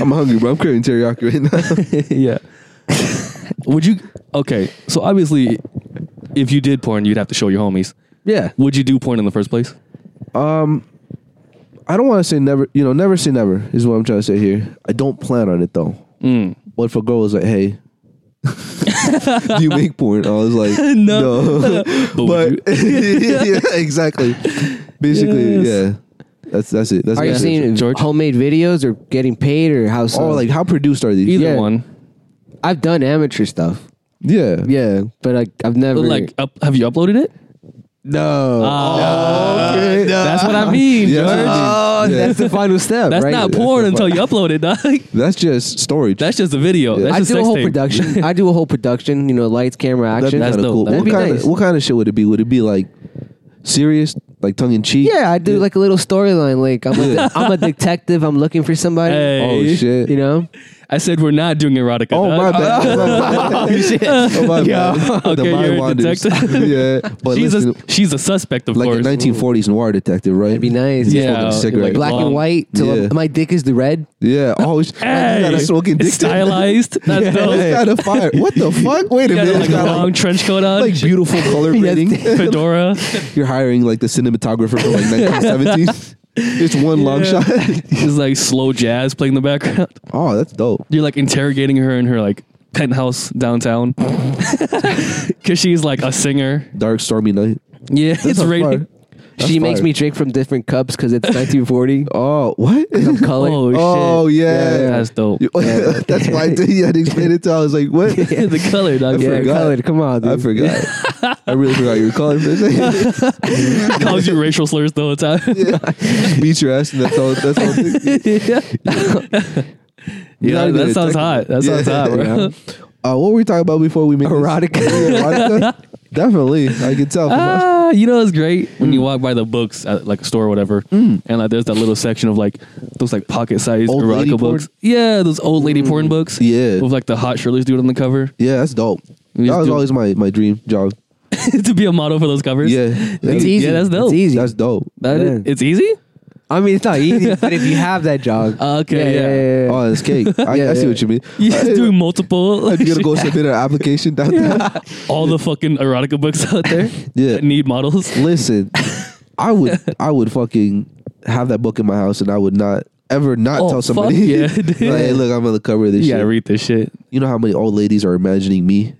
I'm hungry, bro. I'm craving teriyaki right *laughs* now.
yeah. *laughs* Would you? Okay, so obviously, if you did porn, you'd have to show your homies.
Yeah.
Would you do porn in the first place?
Um, I don't want to say never. You know, never say never is what I'm trying to say here. I don't plan on it though.
Mm.
But if a girl was like, "Hey, *laughs* do you make porn?" I was like,
No.
*laughs* "No." *laughs* but *laughs* yeah, exactly. Basically,
Yes.
yeah. That's that's it. That's
Are you
the
seeing
answer.
George?
homemade videos or getting paid or how? So?
Oh, like how produced are these?
Either
Yeah.
one.
I've done amateur stuff.
Yeah. yeah.
Yeah, but I, I've never
But like, up, have you uploaded it?
no.
Uh, Okay.
That's what I mean,
Yeah.
George.
Uh, Oh,
Yeah.
that's the final
*laughs*
step.
That's
right?
not
that's
porn
not
until you upload it, dog. *laughs*
That's just storage.
That's just a video.
Yeah.
That's
I
just
do a
sex
whole
tape. *laughs*
production. I do a whole production. You know, lights, camera, action.
that's
kinda
dope.
cool.
That'd
What
be
kind
nice.
of what kind of shit would it be? Would it be like serious, like tongue in cheek?
yeah, I do like a little storyline. Like I'm a, I'm a detective. I'm looking for somebody.
Hey.
Oh shit.
You know,
I said we're not doing erotica.
Oh
dog. *laughs*
my bad. oh my bad.
Okay, you're a
*laughs*
detective.
yeah, but
she's
listen,
a she's a suspect, of
like
course.
a 1940s noir detective, right?
it'd be nice.
Yeah.
Smoking a cigarette.
Like
black
Long.
and white. To
Yeah.
my dick is the red.
yeah. Oh, sh- like, you got a
Hey,
smoking dick.
it's
*laughs*
stylized. That's dope.
That's kind of fire. What the fuck? Wait a
You got
minute.
like a
Got,
long trench coat on,
like beautiful *laughs* color grading.
*laughs* fedora.
You're hiring like the cinematographer from like 1970s. It's one long
Yeah.
shot. *laughs*
There's like slow jazz playing in the background. *laughs*
Oh, that's dope.
You're like interrogating her in her like penthouse downtown *laughs* because she's like a singer.
Dark stormy night.
Yeah, it's
That's
raining.
fire. That's
she makes
fire.
me drink from different cups because
*laughs*
it's 1940.
Oh, what?
Color.
Oh,
*laughs* Oh
shit.
yeah.
That's dope.
You- *laughs* That's why I did. You had to explain it to. I was like,
*laughs*
what?
the color, dog.
I
yeah,
forgot.
colored. Come on, dude.
I forgot. I really forgot you were calling for a second.
calls you racial slurs the whole time.
Beat your ass, and that's all. That's all. You're
*laughs* Yeah,
not even
that
a
sounds
technical-
hot. That
Yeah.
sounds hot, bro.
Uh, what were we talking about before we made this?
Erotica.
Yeah, erotica? Definitely, I can tell. From
Ah, you know it's great when you
Mm.
walk by the books at like a store or whatever, and like there's that little section of like those like pocket sized
Old lady
erotica
porn? Mm.
books. Yeah, those old lady porn books.
Yeah.
with like the hot Shirley's dude on the cover *laughs*
yeah, that's dope.
We
That
just
was
do-
always my my dream job.
to be a model for those covers.
Yeah,
That's
That's-
easy. Yeah, that's dope.
It's easy.
That's dope.
That
*laughs*
Yeah.
is- it's easy.
I mean, it's not easy, but if you have that job,
Ah, *laughs* okay, yeah.
Oh,
*laughs*
it's cake. I,
Yeah,
I see
yeah.
what you mean.
You just
*laughs*
doing multiple,
you gotta
*laughs*
go submit an application down there.
all the fucking erotica books out there
Yeah.
that need models. *laughs*
Listen, I would I would fucking have that book in my house, and I would not ever not
Oh,
tell
fuck
somebody.
yeah,
*laughs* like,
dude.
hey, look, I'm on the cover of this.
You
shit.
gotta read this shit.
you know how many old ladies are imagining me,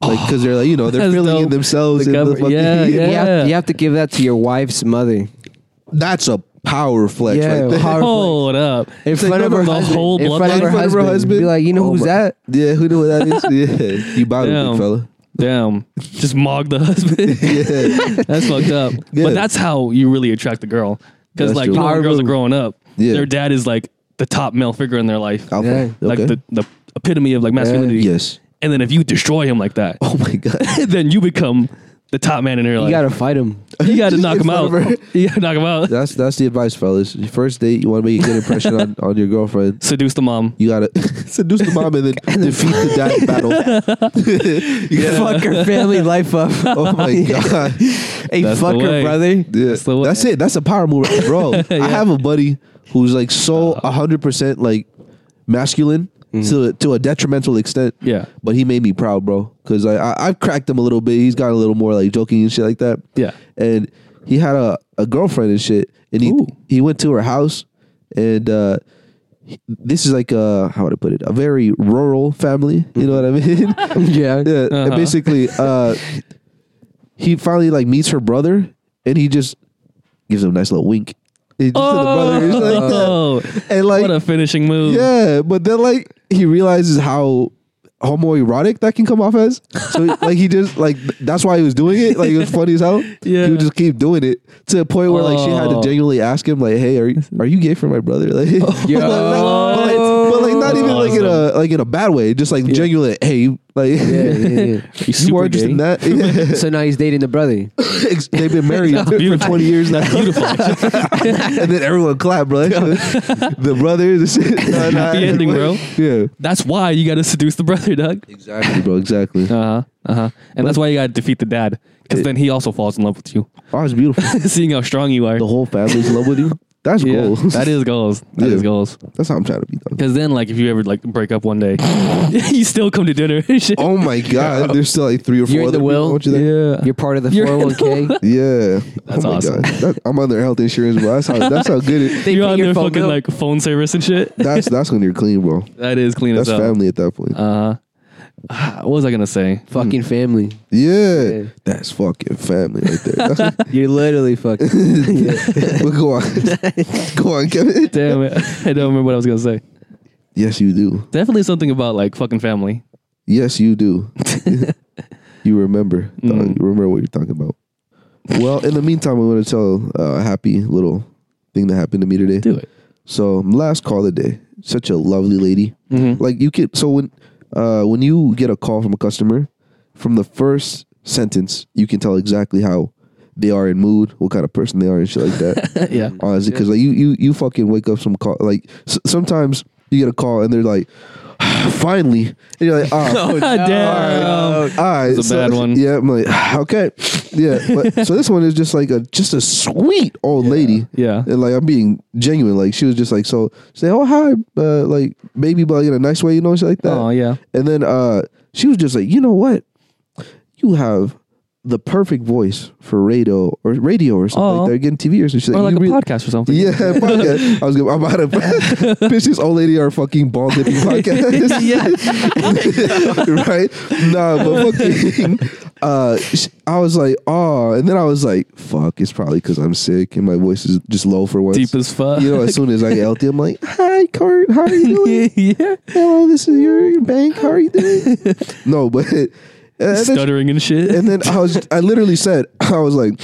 like because they're like you know they're
Oh, That's
feeling in
dope.
themselves.
The
in the
cover-
fucking
yeah, yeah.
You, have, you have to give that to your wife's mother.
That's a power flex.
Yeah,
right there.
hard-
Hold up.
In
like,
front of
no,
her
no, the
husband.
whole
in
blood
front of her
line? In front of her
husband.
husband?
Be like, you know
Oh
who's
my-
that?
*laughs* yeah, who knew what that is? *laughs* Yeah, you bother
Damn.
me, fella.
Damn. Just mog the *laughs* husband.
Yeah,
That's fucked up.
Yeah.
But that's how you really attract the girl. Because
That's
like
true.
you know, when
Power
girls are
move.
growing up,
Yeah.
their dad is like the top male figure in their life,
Alpha.
Yeah.
Okay.
like the, the epitome of like masculinity.
yes.
And then if you destroy him like that,
*laughs* Oh my god. *laughs*
then you become the top man in her life.
You gotta fight him.
You gotta
*laughs* Just
knock
in
him out.
front of her.
*laughs* You gotta knock him
*laughs*
out.
That's that's the advice, fellas. Your first date, you want to make a good impression on, on your girlfriend.
Seduce the mom.
You gotta seduce the mom and then defeat *laughs* the dad in battle. You *laughs* gotta-
Fuck her family life up.
oh *laughs* my god!
Hey,
That's the
fuck her
way.
brother.
Yeah.
That's
That's,
the way.
it. That's a power move,
*laughs*
bro. I have a buddy who's like so
Uh-huh.
hundred percent like masculine to to a detrimental extent.
Mm-hmm. Yeah.
but he made me proud, bro. Because I, I I've cracked him a little bit. He's got a little more like joking and shit like that.
Yeah.
and he had a, a girlfriend and shit, and he
Ooh.
he went to her house, and uh, he- this is like a how would I put it? A very rural family. You know what
*laughs*
I mean? *laughs*
Yeah.
*laughs* Yeah, and
Uh-huh.
basically, uh, he finally like meets her brother, and he just gives him a nice little wink. He just to *laughs* the brother, he's like that.
Oh.
*laughs* and
*laughs*
like
what a finishing move.
yeah, but then like he realizes how homoerotic that can come off as. So like he just like th- that's why he was doing it. Like
*laughs*
it was funny as hell.
Yeah.
he would just keep doing it to a point where like she had
Oh.
to genuinely ask him like, "Hey, are you, are you gay for my brother?" Like, *laughs*
Yo.
but, like, but, like, not
That's
even like in a
awesome.
like in a bad way. Just like genuinely, hey, you- like
Yeah, yeah, yeah.
You
you
super
more interested in
gay.
that?
*laughs*
Yeah. *laughs*
So now he's dating the brother.
Ex- They've been married
That's
*laughs* for
beautiful.
20
*laughs*
years now.
Beautiful.
and then everyone clapped, bro. *laughs* the brothers, the
*laughs*
shit. No, no,
Happy ending, bro.
Yeah.
That's why you gotta seduce the brother, Doug.
Exactly, bro. Exactly.
Uh huh. Uh huh. And that's why you gotta defeat the dad, because then he also falls in love with you. *laughs*
Oh, it's beautiful.
Seeing how strong you are.
The whole family's in love with you.
*laughs*
That's
Yeah,
goals.
that is goals. That is
Yeah.
goals.
*laughs* That's how I'm trying to be. Though.
Because then, like, if you ever like break up one
*laughs*
day, *laughs* you still come to dinner and shit. *laughs*
Oh my god, there's still like three or 4
You're in
other
the will?
people. Don't you think?
yeah.
You're part of the
You're- *laughs*
401k.
Yeah,
That's
oh my
awesome.
God. That, I'm on their health insurance, bro. That's how. That's how good it.
You're
pay
on
your
their
phone
fucking
bill.
like phone service and shit. *laughs*
That's that's when you're clean, bro.
That is clean
That's
as hell.
family at that point.
Uh huh. What was I gonna say?
fucking family.
yeah,
yeah.
that's fucking family right there. That's- *laughs*
You're literally fucking.
but
*laughs*
go on, go on, Kevin.
Damn it, *laughs* I don't remember what I was gonna say.
Yes, you do.
Definitely something about like fucking family.
Yes,
*laughs*
you do. you remember. dog.
Mm.
You remember what you're talking about. Well, in the meantime, I want to tell uh, a happy little thing that happened to me today.
Do it.
So last call of the day. Such a lovely lady.
Mhm.
Like you could. So when uh, when you get a call from a customer, from the first sentence, you can tell exactly how they are in mood, what kind of person they are, and shit like that.
Uh, Yeah.
Honestly, because like you you you fucking wake up some call. Like s- sometimes you get a call and they're like, *sighs* finally, and you're like, ah.
*laughs* Oh,
All
damn.
right, all right.
It's a
so-
bad one.
Yeah, I'm like, *sighs* okay, yeah.
*laughs*
But, so this one is just like a just a sweet old lady.
Yeah.
and like I'm being genuine. Like she was just like so say, oh hi, uh, like baby, but like in a nice way, you know, shit like that.
Oh yeah.
And then uh, she was just like, you know what, you have the perfect voice for radio or radio or something
Oh.
like that, getting TV or something. She's
Or like
"You
a
really-
podcast or something.
yeah, podcast. I was gonna, I'm out of *laughs* bitch. This old lady are fucking ball dipping podcast. *laughs* right? Nah, but fucking. Uh, sh- I was like, oh, and then I was like, fuck, it's probably because I'm sick and my voice is just low for once.
Deep as fuck. *laughs*
You know, as soon as I get healthy, I'm like, hi, Kurt, how are you doing?
yeah.
Hello, this is your bank. How are you doing?
*laughs*
no, but *laughs* and then,
Stuttering and *laughs* shit.
and then I was, I literally said, *laughs* I was like.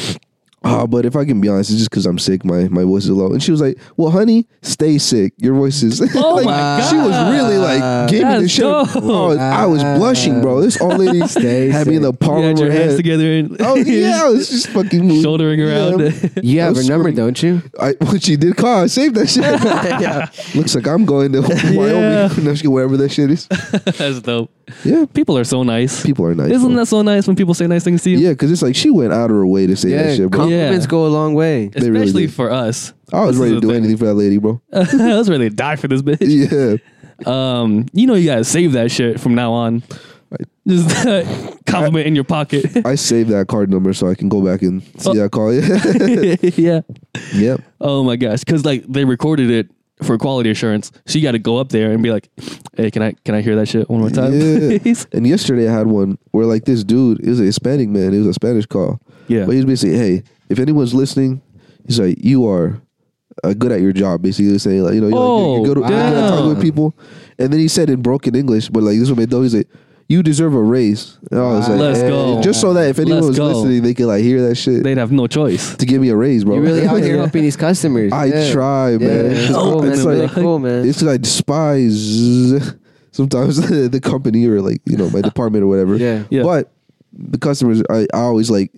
Oh, but if I can be honest, it's just because I'm sick. My my voice is low, and she was like, "Well, honey, stay sick. Your voice is." *laughs*
Oh
like,
my
She was
God.
really like giving the
That's
shit.
dope.
Oh, I was blushing, bro. This
*laughs*
old lady
Stay
had me in the palm
you had
of
your
her
hands
hand.
together and
*laughs* Oh yeah,
*laughs*
I was just fucking
shouldering around.
Yeah.
*laughs* You
I
have her
was
number,
squirting.
don't you?
I, when she did call, I saved that
*laughs*
shit. *laughs* Looks like I'm going to *laughs* Wyoming, No, she- wherever that
*laughs*
shit is.
*laughs* That's dope.
Yeah,
People are so nice.
people are nice.
Isn't
bro.
that so nice when people say nice things to you?
Yeah, because it's like she went out of her way to say
Yeah,
that shit. Bro.
Yeah.
Compliments go a long way.
They really
Especially
do.
for us.
I was
This is
ready to
the
do
thing.
anything for that lady, bro.
*laughs* I was ready to die for this bitch.
*laughs* yeah.
Um, you know you gotta save that shit from now on. Just *laughs* that compliment in your pocket. *laughs*
*laughs* I saved that card number so I can go back and see
Oh.
that call. *laughs* Yeah.
yeah.
yep.
Oh my gosh, because like they recorded it for quality assurance, so you got to go up there and be like, "Hey, can I can I hear that shit one more time?"
Yeah.
*laughs* please?"
And yesterday I had one where like this dude is a Hispanic man. It was a Spanish call.
Yeah.
But he's basically, hey, if anyone's listening, he's like, you are uh, good at your job. Basically saying like, you know, you're, like, you're, you're
Oh,
good, you're good at talking with
damn.
people. And then he said in broken English, but like this one made though he's like, you deserve a raise. And I was like,
Let's
"Hey,"
go.
Just so that if anyone
Let's
was
go.
listening, they could like hear that shit
They'd have no choice.
to give me a raise, bro.
You're
*laughs*
really out here
Yeah.
helping these customers.
I
Yeah.
try,
Yeah,
man.
it's
It's-
cool, man.
it's
It's
like-
really cool, man.
It's 'cause I despise sometimes *laughs* the, the company or like you know my department or whatever.
Yeah.
Yeah.
But the customers, I, I always like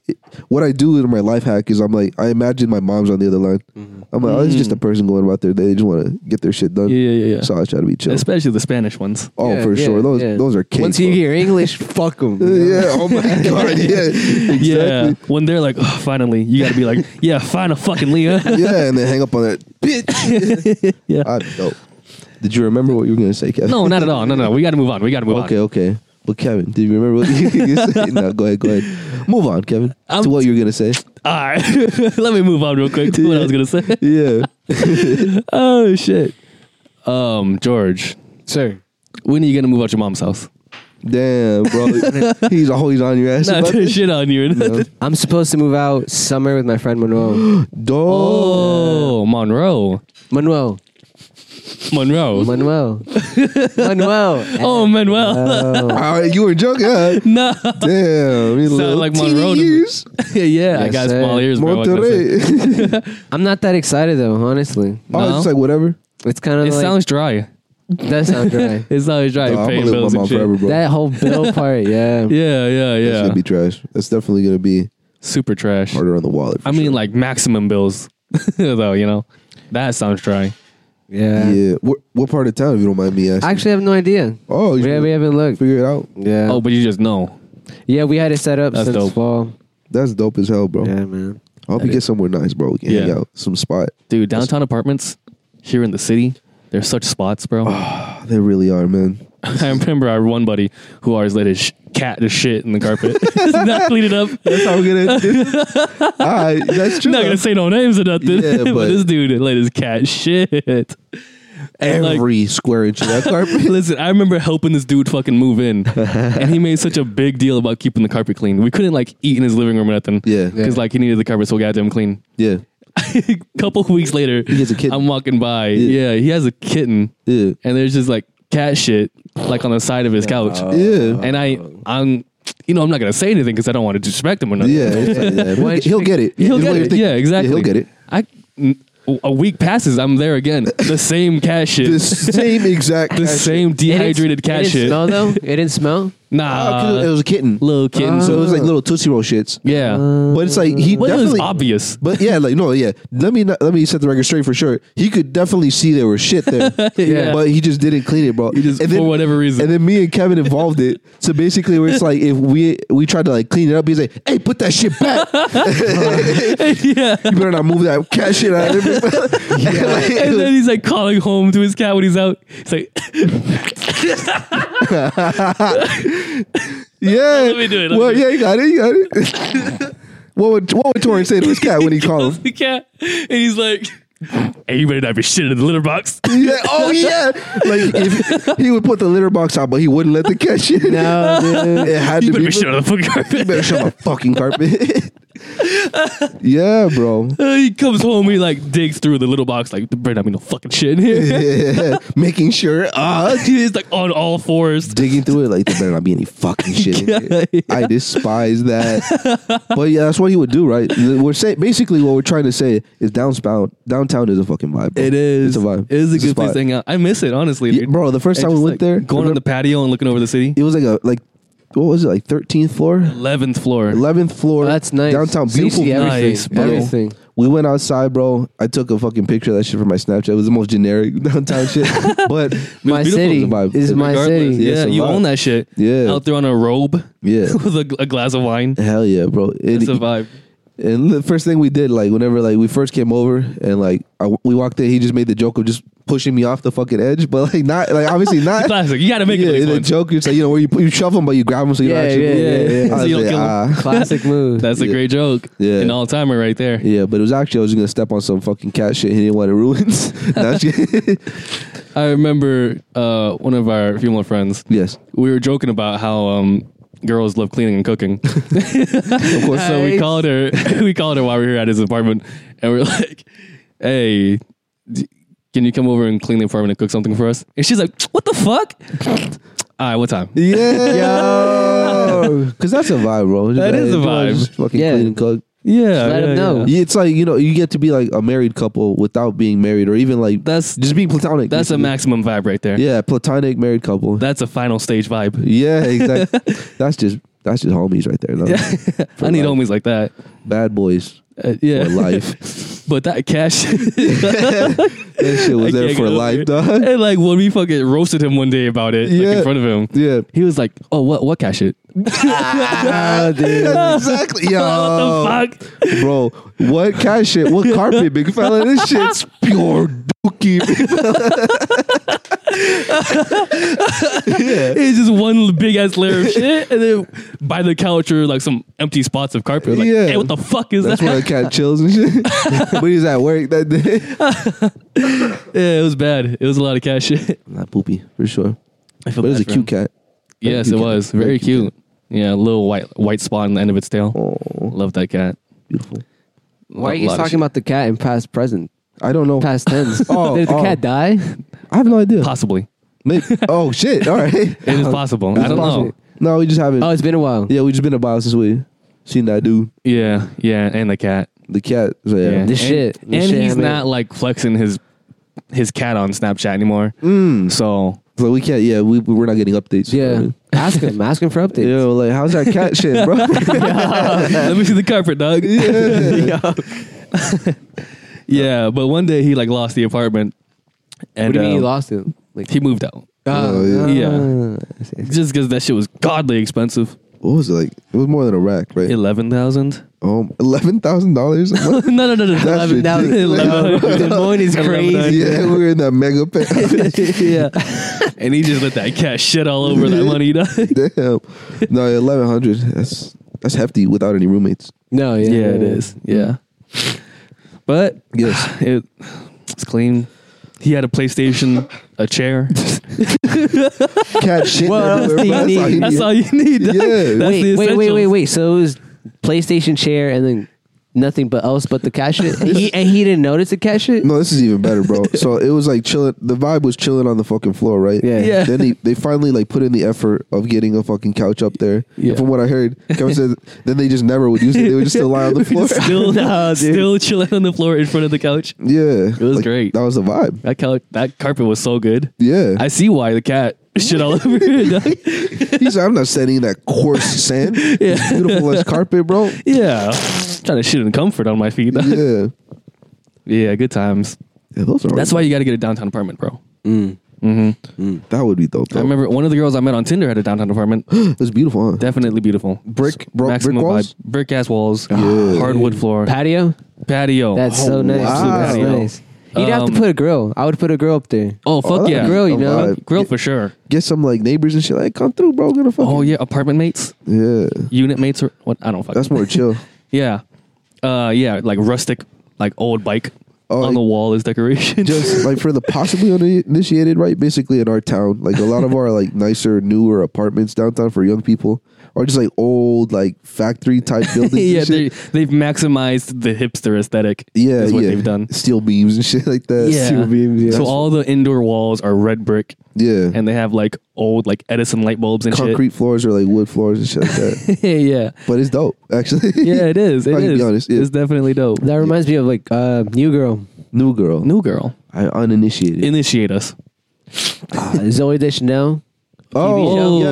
what I do in my life hack is I'm like I imagine my mom's on the other line.
Mm-hmm.
I'm like, oh, it's just a person going about their day. They just want to get their shit done.
Mm. Yeah, yeah, yeah.
So I try to be chill.
Especially the Spanish ones.
oh,
Yeah,
for
yeah,
sure. Those
yeah.
those are cake,
Once you
bro. *laughs*
hear English, fuck them.
Yeah.
*laughs*
Oh my god. Yeah. Exactly.
Yeah, when they're like, oh, "Finally," you got to be
*laughs*
like, "Yeah, final fucking Leah."
Yeah, and then hang up on that bitch.
*laughs* Yeah.
I don't. Did you remember what you were gonna say, Kevin?
no, not at all. No, no, we got to move on. We got to move
Okay,
on.
okay. But Kevin, do you remember what you *laughs* said? No, go ahead, go ahead. Move on, Kevin.
I'm-
to what you were gonna say.
All right, *laughs* let me move on real quick to what I was gonna say.
Yeah.
*laughs* Oh shit, um, George,
Sir.
when are you gonna move out your mom's house? *laughs*
Damn, bro. he's always on your ass.
Not
about
to
this.
shit on you. or nothing.
I'm supposed to move out summer with my friend
*gasps*
Manuel.
Dog.
*laughs* Oh, Monroe,
Manuel.
Monroe.
*laughs*
Manuel. Manuel.
oh, Manuel.
All right, you were joking, huh?
No.
Damn. He's
Sound
little
like
teeny
Monroe to me.
ears.
*laughs* yeah, I
Yes,
got
sir.
small ears, bro. What can I say?
Monterrey.
*laughs*
*laughs*
I'm not that excited though, honestly.
Oh, it's just like whatever.
It's kind of
It
like
sounds dry.
that
*laughs*
sounds dry.
It sounds dry.
No, I'm
paying
gonna live with
bills
my
and
mom
shit.
forever, bro.
that
*laughs*
whole bill part, yeah.
Yeah, yeah,
That's
yeah.
gonna be trash. That's definitely gonna be
Super trash.
harder on the wallet. for
I mean,
sure.
like maximum bills, *laughs* though. You know, that sounds dry.
Yeah.
yeah. What, what part of town, if you don't mind me asking?
I actually have no idea.
oh, you
We, we
should
haven't looked.
figure it out.
Yeah.
Oh, but you just know.
Yeah, we had it set up
That's
since
dope.
fall.
That's dope as hell, bro.
Yeah, man.
I hope you get somewhere nice, bro. We can hang
Yeah.
out, some spot.
Dude, downtown apartments here in the city, they're such spots, bro.
They Oh, really are, man.
*laughs* I remember our one buddy who always let his sh- cat to shit in the carpet. *laughs* It's not clean it up.
That's how
*laughs*
we're gonna. All right, that's true.
not gonna say no names or nothing. *laughs*
Yeah,
but,
but-
this dude let his cat shit. *laughs* And, like,
Every square inch of
*laughs*
that carpet.
Listen, I remember helping this dude fucking move in, and he made such a big deal about keeping the carpet clean. We couldn't like eat in his living room or nothing.
Yeah.
because like he needed the carpet so goddamn clean.
yeah,
*laughs* couple weeks later, he
has a kitten.
I'm walking by. Yeah. he has a kitten,
yeah,
and there's just like cat shit like on the side of his couch.
yeah,
And I, I'm, you know, I'm not gonna say anything because I don't want to disrespect him or nothing.
yeah. it's like that. He'll,
Why
get,
don't you
he'll get it.
*laughs* He'll
Is what
get
you're
it.
thinking.
Yeah, exactly.
he'll get it.
I, n- a week passes. I'm there again. The same cat shit.
The same exact.
*laughs* the
cat shit.
same
It didn't-
dehydrated
it
cat
didn't
shit.
Smell though? It didn't
*laughs*
smell.
Oh, 'cause it
Nah,
was Uh, a kitten,
uh, little kitten.
so it
so
was like little tootsie roll shits.
yeah,
But it's like he
well, it was
uh, definitely.
obvious.
But yeah, like no, yeah. Let me not, let me set the record straight for sure. He could definitely see there was shit there,
*laughs* Yeah.
but he just didn't clean it, bro. He
just- for whatever reason.
And then me and Kevin involved it. So basically, where it's like if we we tried to like clean it up, he's like, "Hey, put that shit back.
*laughs* yeah.
*laughs* you better not move that cat shit out *laughs* of it." And, like, it
And
was-
then he's like calling home to his cat when he's out. He's like,
yeah,
Let me do it, let
well,
me do
yeah, you got it, you got it. *laughs* what would what would Torrance say to his cat when he called *laughs*
*laughs*
him?
the cat. And he's like, hey, you better not be shitting in the litter *laughs* box.
Yeah, oh yeah, like if, he would put the litter box out, but he wouldn't let the cat shit. No, it had
You
to
better
be.
be shitting on the *laughs* fucking
You
carpet.
better shut my fucking carpet. *laughs* yeah, bro. *laughs*
Uh, he comes home, he like digs through the little box, like, there better not be no fucking shit in here.
Yeah, making sure.
*laughs*
Uh,
he's like on all fours.
digging through it like there better not be any fucking shit. In
*laughs*
here. I despise that. but yeah, that's what he would do, right? We're saying basically what we're trying to say is downtown. Downtown is a fucking vibe. bro. It's a vibe.
It is a
It's
good place
spot.
to hang out. I miss it, honestly,
Yeah,
dude.
bro, the first
It's
time we
just,
went
like,
there,
going on the patio and looking over the city.
it was like a like what was it like thirteenth floor,
11th floor.
eleventh floor.
Oh, that's nice.
Downtown,
So you
beautiful.
see
view.
everything.
Nice, bro.
everything.
We went outside, bro. I took a fucking picture of that shit for my Snapchat. It was the most generic *laughs* downtown
*laughs*
shit. But
My
beautiful.
city
It's a vibe.
is my
Regardless,
city.
Yeah,
Yeah,
it's a
you
vibe.
own that shit.
Yeah.
Out there on a robe *laughs*
yeah,
with a, a glass of wine.
hell yeah, bro. It,
It's a vibe.
And the first thing we did, like whenever like we first came over and like I, we walked in, he just made the joke of just pushing me off the fucking edge, but like not
*laughs*
like obviously not.
Classic. You gotta make
yeah,
it
the
look fun.
joke. It's like you know where you put, you shove them, but you grab them so you
Yeah,
don't actually.
yeah, yeah,
yeah.
I
So you
was
don't
like,
kill 'em.
ah.
*laughs*
Classic move.
That's a
Yeah.
great joke.
Yeah.
An all timer right there.
Yeah, but it was actually I was gonna step on some fucking cat shit. He didn't want to ruin. *laughs* That's-
*laughs* I remember uh, one of our female friends.
yes,
We were joking about how um, girls love cleaning and cooking. *laughs*
of course.
so we
Nice.
called her. *laughs* We called her while we were at his apartment, and we are *laughs* like, "Hey, d- can you come over and clean the apartment and cook something for us?" And she's like, "What the fuck? *laughs* All right, what time?"
*laughs* Yeah, because that's a vibe, bro.
That is a vibe.
Just fucking
Yeah.
clean and cook.
Yeah,
let
yeah,
him know.
yeah.
Yeah, It's like you know you get to be like a married couple without being married, or even like
That's
just being platonic.
that's a
basically.
maximum vibe right there.
Yeah, platonic married couple.
That's a final stage vibe.
yeah, exactly. *laughs* that's just that's just homies right there. Though.
I need
life.
homies like that.
*laughs* Bad boys
Uh, yeah, *laughs*
for life.
but that
*laughs*
cash.
that shit was
*laughs* I
there
can't
for
get
life,
over
dog.
And like when we fucking roasted him one day about it, like
Yeah.
in front of him,
*laughs*
*laughs*
Yeah,
he was like, "Oh, what what cash it?
That's *laughs* exactly. Yo,
Ah, *laughs* what the fuck?
bro, what kind of shit? What
*laughs*
carpet, big fella? This shit's pure dookie. *laughs* big
It's just one big ass layer of shit, and then by the couch are like some empty spots of carpet. Like,
Yeah.
hey, what the fuck is
That's
that?
where the cat chills and shit. *laughs* but he's at work
*laughs*
that day.
yeah, it was bad. It was a lot of cash shit.
Not poopy for sure,
I feel
but it was
bad for
a cute
him.
cat.
Yes,
cute
it
cat.
was
Very
very,
cute
cute. Yeah, a little white white spot on the end of its tail.
Oh,
Love that cat.
beautiful.
Why are
Lot-
you
lot of
talking
shit.
about the cat in past present?
I don't know. *laughs*
Past tense.
Oh,
Did the
oh.
cat die?
I have no idea.
possibly?
Maybe. Oh shit! All right.
*laughs* It
*laughs*
is possible. I don't know.
possible.
No, we just haven't.
Oh, it's been a while.
yeah, we just been a while since we seen that dude,
Yeah, yeah, and the cat.
the cat. So, yeah.
Yeah.
This
and,
shit.
And
This shit,
he's
I mean-
not like flexing his his cat on Snapchat anymore.
Mm.
So
So we can't. Yeah, we we're not getting updates.
Yeah. ask
*laughs*
him. Ask him for
You
updates.
know, like how's that
*laughs*
cat shit, bro?
let me see the carpet, dog. *laughs*
yeah.
yeah, but one day he like lost the apartment, and
what do you mean you
um,
lost it? Like,
he moved out
Oh,
yeah.
ah, I see, I see.
just because that shit was godly expensive.
What was it like? It was more than a rack, right?
Eleven thousand.
Um, eleven thousand
*laughs*
dollars.
no, no, no, no.
That's
Eleven
*laughs*
thousand.
ridiculous.
Eleven-
Des Moines is
Eleven
crazy.
thousand.
Yeah, we were in that mega
*laughs*
pit.
yeah. *laughs* And he just let that cat shit all over that money. dog. *laughs*
Damn. No, eleven hundred. That's that's hefty without any roommates.
No, yeah,
yeah, it is. Yeah. But
Yes.
it, it's clean. He had a PlayStation, a chair.
Cat shit.
What else
everywhere,
do you
bro.
need?
he
That's all you need. dog.
Yeah.
That's
Wait,
the
wait, wait,
essentials.
wait, wait. So it was PlayStation chair and then nothing but else but the
*laughs*
cat shit. he, and he didn't notice the cat shit.
No, this is even
*laughs*
better, bro. so it was like chilling. The vibe was chilling on the fucking floor, right?
Yeah.
Yeah.
Then they, they finally like put in the effort of getting a fucking couch up there.
Yeah.
From what I heard,
*laughs*
Kevin said then they just never would use it. They would just still lie on the floor. *laughs*
Still, uh, still chilling on the floor in front of the couch.
yeah. It
was great.
That was the vibe.
That couch, that carpet was so good.
Yeah.
*laughs* I see why the cat *laughs* shit all over it.
*laughs*
dog.
He said, I'm not standing in
*laughs*
that coarse sand. It's beautiful as carpet, bro.
Yeah, trying to shit in comfort on my feet. dog.
Yeah.
yeah, good times.
Yeah, those are
That's why you got to get a downtown apartment, bro.
that would be dope. Though.
I remember one of the girls I met on Tinder had a downtown
*gasps*
apartment.
It's beautiful, huh?
Definitely beautiful.
Brick, bro, brick
Maximum
walls.
vibe. Brick ass walls.
Yeah.
Hardwood floor.
Patio.
patio.
That's
Oh,
so nice.
wow.
That's
Patio.
nice. You'd have to
Um,
put a grill. I would put a grill up there.
oh fuck
that'd
yeah.
be
Grill, you
a
know?
vibe.
Grill
Get,
for sure.
get some like neighbors and shit. Like, come through, bro. Gonna fucking.
Oh yeah, apartment mates,
Yeah.
unit mates, or what? I don't fuck.
That's more chill.
yeah, uh, yeah, like rustic, like old bike
Oh,
on
like-
the wall as decoration. *laughs*
*laughs* just like for the possibly uninitiated, right? Basically, in our town, like a lot of our like nicer, newer apartments downtown for young people are just like old, like factory
*laughs*
type buildings. and
yeah, they
shit.
they've maximized the hipster aesthetic.
yeah,
is what
yeah.
they've done.
Steel beams and *laughs* shit like that.
Yeah. So all the indoor walls are red brick,
yeah,
and they have like old like Edison light bulbs and
concrete floors or like wood floors and shit like
*laughs*
that.
shit. *laughs* yeah,
but it's dope, actually.
yeah, it is. It
I can be
is.
honest, yeah.
It's definitely dope.
That reminds me of like uh, New Girl,
New girl,
New girl,
I uninitiated.
initiate us.
uh, Zoe Deschanel.
Oh,
TV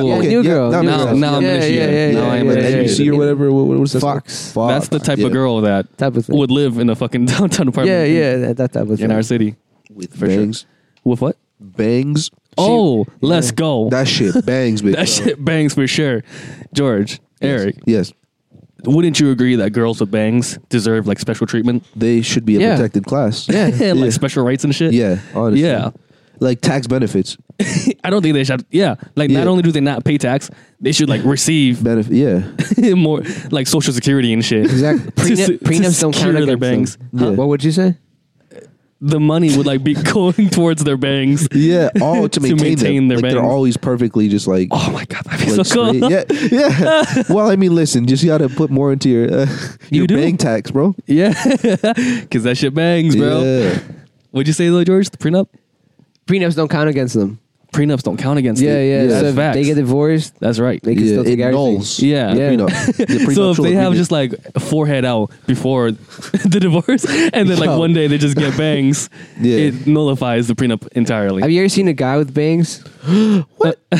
show. Ah. Yeah, yeah,
New Girl,
that
New
makes
Girl.
sense.
Now I'm
yeah,
initiated.
yeah,
Now
yeah,
I'm
yeah,
initiated.
NBC or whatever. What, what was that?
Fox.
Fox.
That's the type
Ah, yeah.
of girl that
Type of thing.
would live in a fucking *laughs* downtown apartment.
yeah,
in-
yeah, that, that type of
in
thing.
our city.
with
sure.
bangs,
With what?
bangs.
oh, let's go. *laughs* That,
That shit bangs, bitch.
shit bangs for sure. George, Eric,
Yes.
wouldn't you agree that girls with bangs deserve like special
*laughs*
treatment?
They should be a
*laughs* Yeah.
protected class.
and like special rights and shit.
*laughs* Yeah, honestly.
Yeah.
Like tax benefits.
I don't think they should. Yeah, like not
Yeah.
only do they not pay tax, they should like receive
Benefit. Yeah.
*laughs* more like social security and shit.
Exactly.
*laughs* To se-
Prenup,
to
prenups don't
secure
count
their
against
bangs.
them. Huh?
Yeah.
What would you say?
The money would like be *laughs* going towards their bangs.
Yeah.
*laughs*
All to maintain,
maintain
them.
their
like, they're
bangs.
always perfectly just like.
*laughs* Oh my god, that'd be
like
so cool.
straight. Yeah,
*laughs*
yeah. well, I mean, listen, just gotta put more into your *laughs* uh,
You
your
do.
bank tax, bro.
*laughs* Yeah, *laughs* because that shit bangs, bro.
Yeah.
What'd you say though, George? The prenup?
Prenups don't count against them.
Prenups don't count against.
Yeah,
it.
yeah.
That's
so if
facts.
they get divorced.
That's right.
They can
Yeah,
still
it
take everything.
nulls.
Yeah.
the
Yeah.
*laughs*
prenup- the
so if
prenuptial
they have
agreement.
just like a forehead out before *laughs* the divorce, and then like
Yo.
one day they just get bangs,
*laughs* Yeah.
it nullifies the prenup entirely.
Have you ever seen a guy with bangs?
*laughs*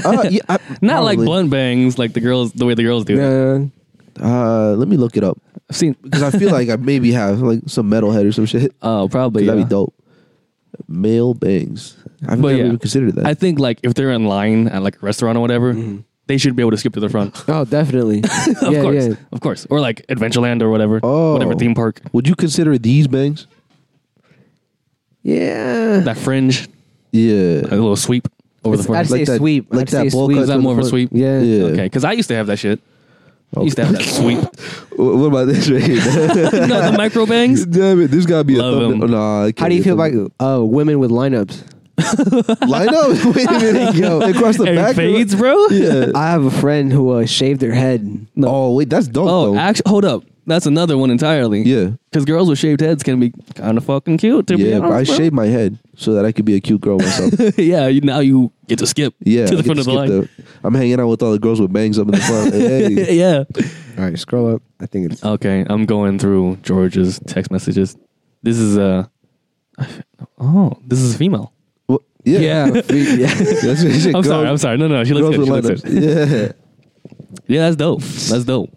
Uh, yeah, I-
Not like
probably.
blunt bangs, like the girls, the way the girls do. it.
No.
*laughs*
Uh, let me look it up
I've seen. *laughs*
because I feel like I maybe have like some metalhead or some shit.
Oh, probably.
'Cause
Yeah.
That'd be dope. Male bangs. I've
But
never
yeah.
even considered that.
I think like if they're in line at like a restaurant or whatever,
Mm-hmm.
they should be able to skip to the
*laughs*
front.
Oh, definitely.
of
yeah,
course,
yeah.
of course, or like Adventureland or whatever,
Oh.
whatever theme park.
Would you consider these bangs?
Yeah.
That fringe,
Yeah.
a little sweep over the
It's- I'd
front.
say
Like that-
sweep.
like
I'd
that
say
bowl
sweep.
cut
Is that more of a sweep?
Yeah.
Yeah. Oh.
Okay, because I used to have that shit. I used to
*laughs*
have that sweep.
Wh- What about this right
*laughs*
here?
you know the micro bangs.
*laughs* Damn it, this gotta be
Love
a thumbnail.
him.
Nah, I
How do you
can't
feel
do
about
thumbnail.
uh, women with lineups?
*laughs*
Line up. *laughs* Wait a minute, yo, across *laughs* the
And
back.
fades, bro.
*laughs*
*laughs*
Yeah.
I have a friend who uh, shaved their head.
Oh wait, that's dope.
Oh,
though.
actually, hold up. That's another one entirely.
Yeah.
Because girls with shaved heads can be kind of fucking cute. To be
yeah. but I
honest, bro.
shaved my head so that I could be a cute girl
*laughs*
myself.
yeah, you, now you get to skip
Yeah,
to the
I get
front of the
skip
line.
I'm hanging out with all the girls with bangs up in the
*laughs*
front. Like, hey.
yeah.
All right, scroll up. I think
*laughs*
it's.
Okay, I'm going through George's text messages. This is a oh, this is a female.
Well, yeah, *laughs*
We- yeah.
That's what she said,
I'm sorry, I'm
girls-
sorry. No, no, she looks
Girls
good.
with
She looks good.
lineups.
Yeah, that's dope. That's dope.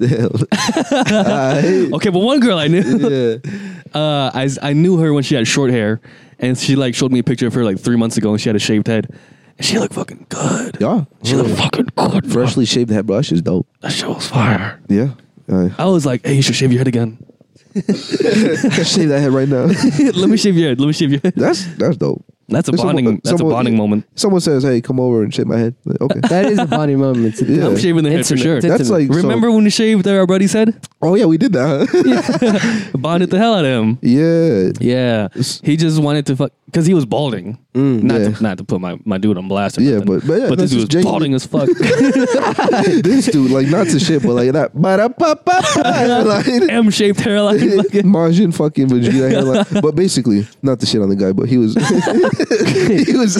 Yeah, *laughs*
Okay, but one girl I knew,
damn.
uh, I I knew her when she had short hair, and she like showed me a picture of her like three months ago, and she had a shaved head, and she looked fucking good.
yeah,
She looked fucking good. bro.
freshly shaved head brush is dope.
That shit was fire.
Yeah, *laughs* uh,
I was like, hey, you should shave your head again. *laughs*
shave that head right now.
Let me shave your head. Let me shave your head.
*laughs* That's that's dope.
That's a
There's
bonding.
someone-
that's
someone-
a bonding moment.
Someone says, "Hey, come over and shave my head." Like, okay,
that is a bonding moment. It's a-
Yeah.
I'm shaving the head for
Intimate.
sure.
It's
that's like
intimate.
so-
Remember when you shaved there, our buddy said?
oh yeah, we did that. Huh?
Bonded the hell out of him.
*laughs* yeah,
Yeah. He just wanted to fuck because he was balding. not
Mm, yeah.
to not to put my, my dude on blast. Or
Yeah,
nothing.
but- but yeah,
this
that's
dude was
just genuine.
balding as
*laughs*
fuck.
this dude like not to shit, but like that. *laughs* Ba-da-pa-pa-pa. Like,
M shaped hairline.
*laughs*
Like,
Margin fucking Vegeta hairline. But basically, not to shit on the guy, but he was *laughs* he was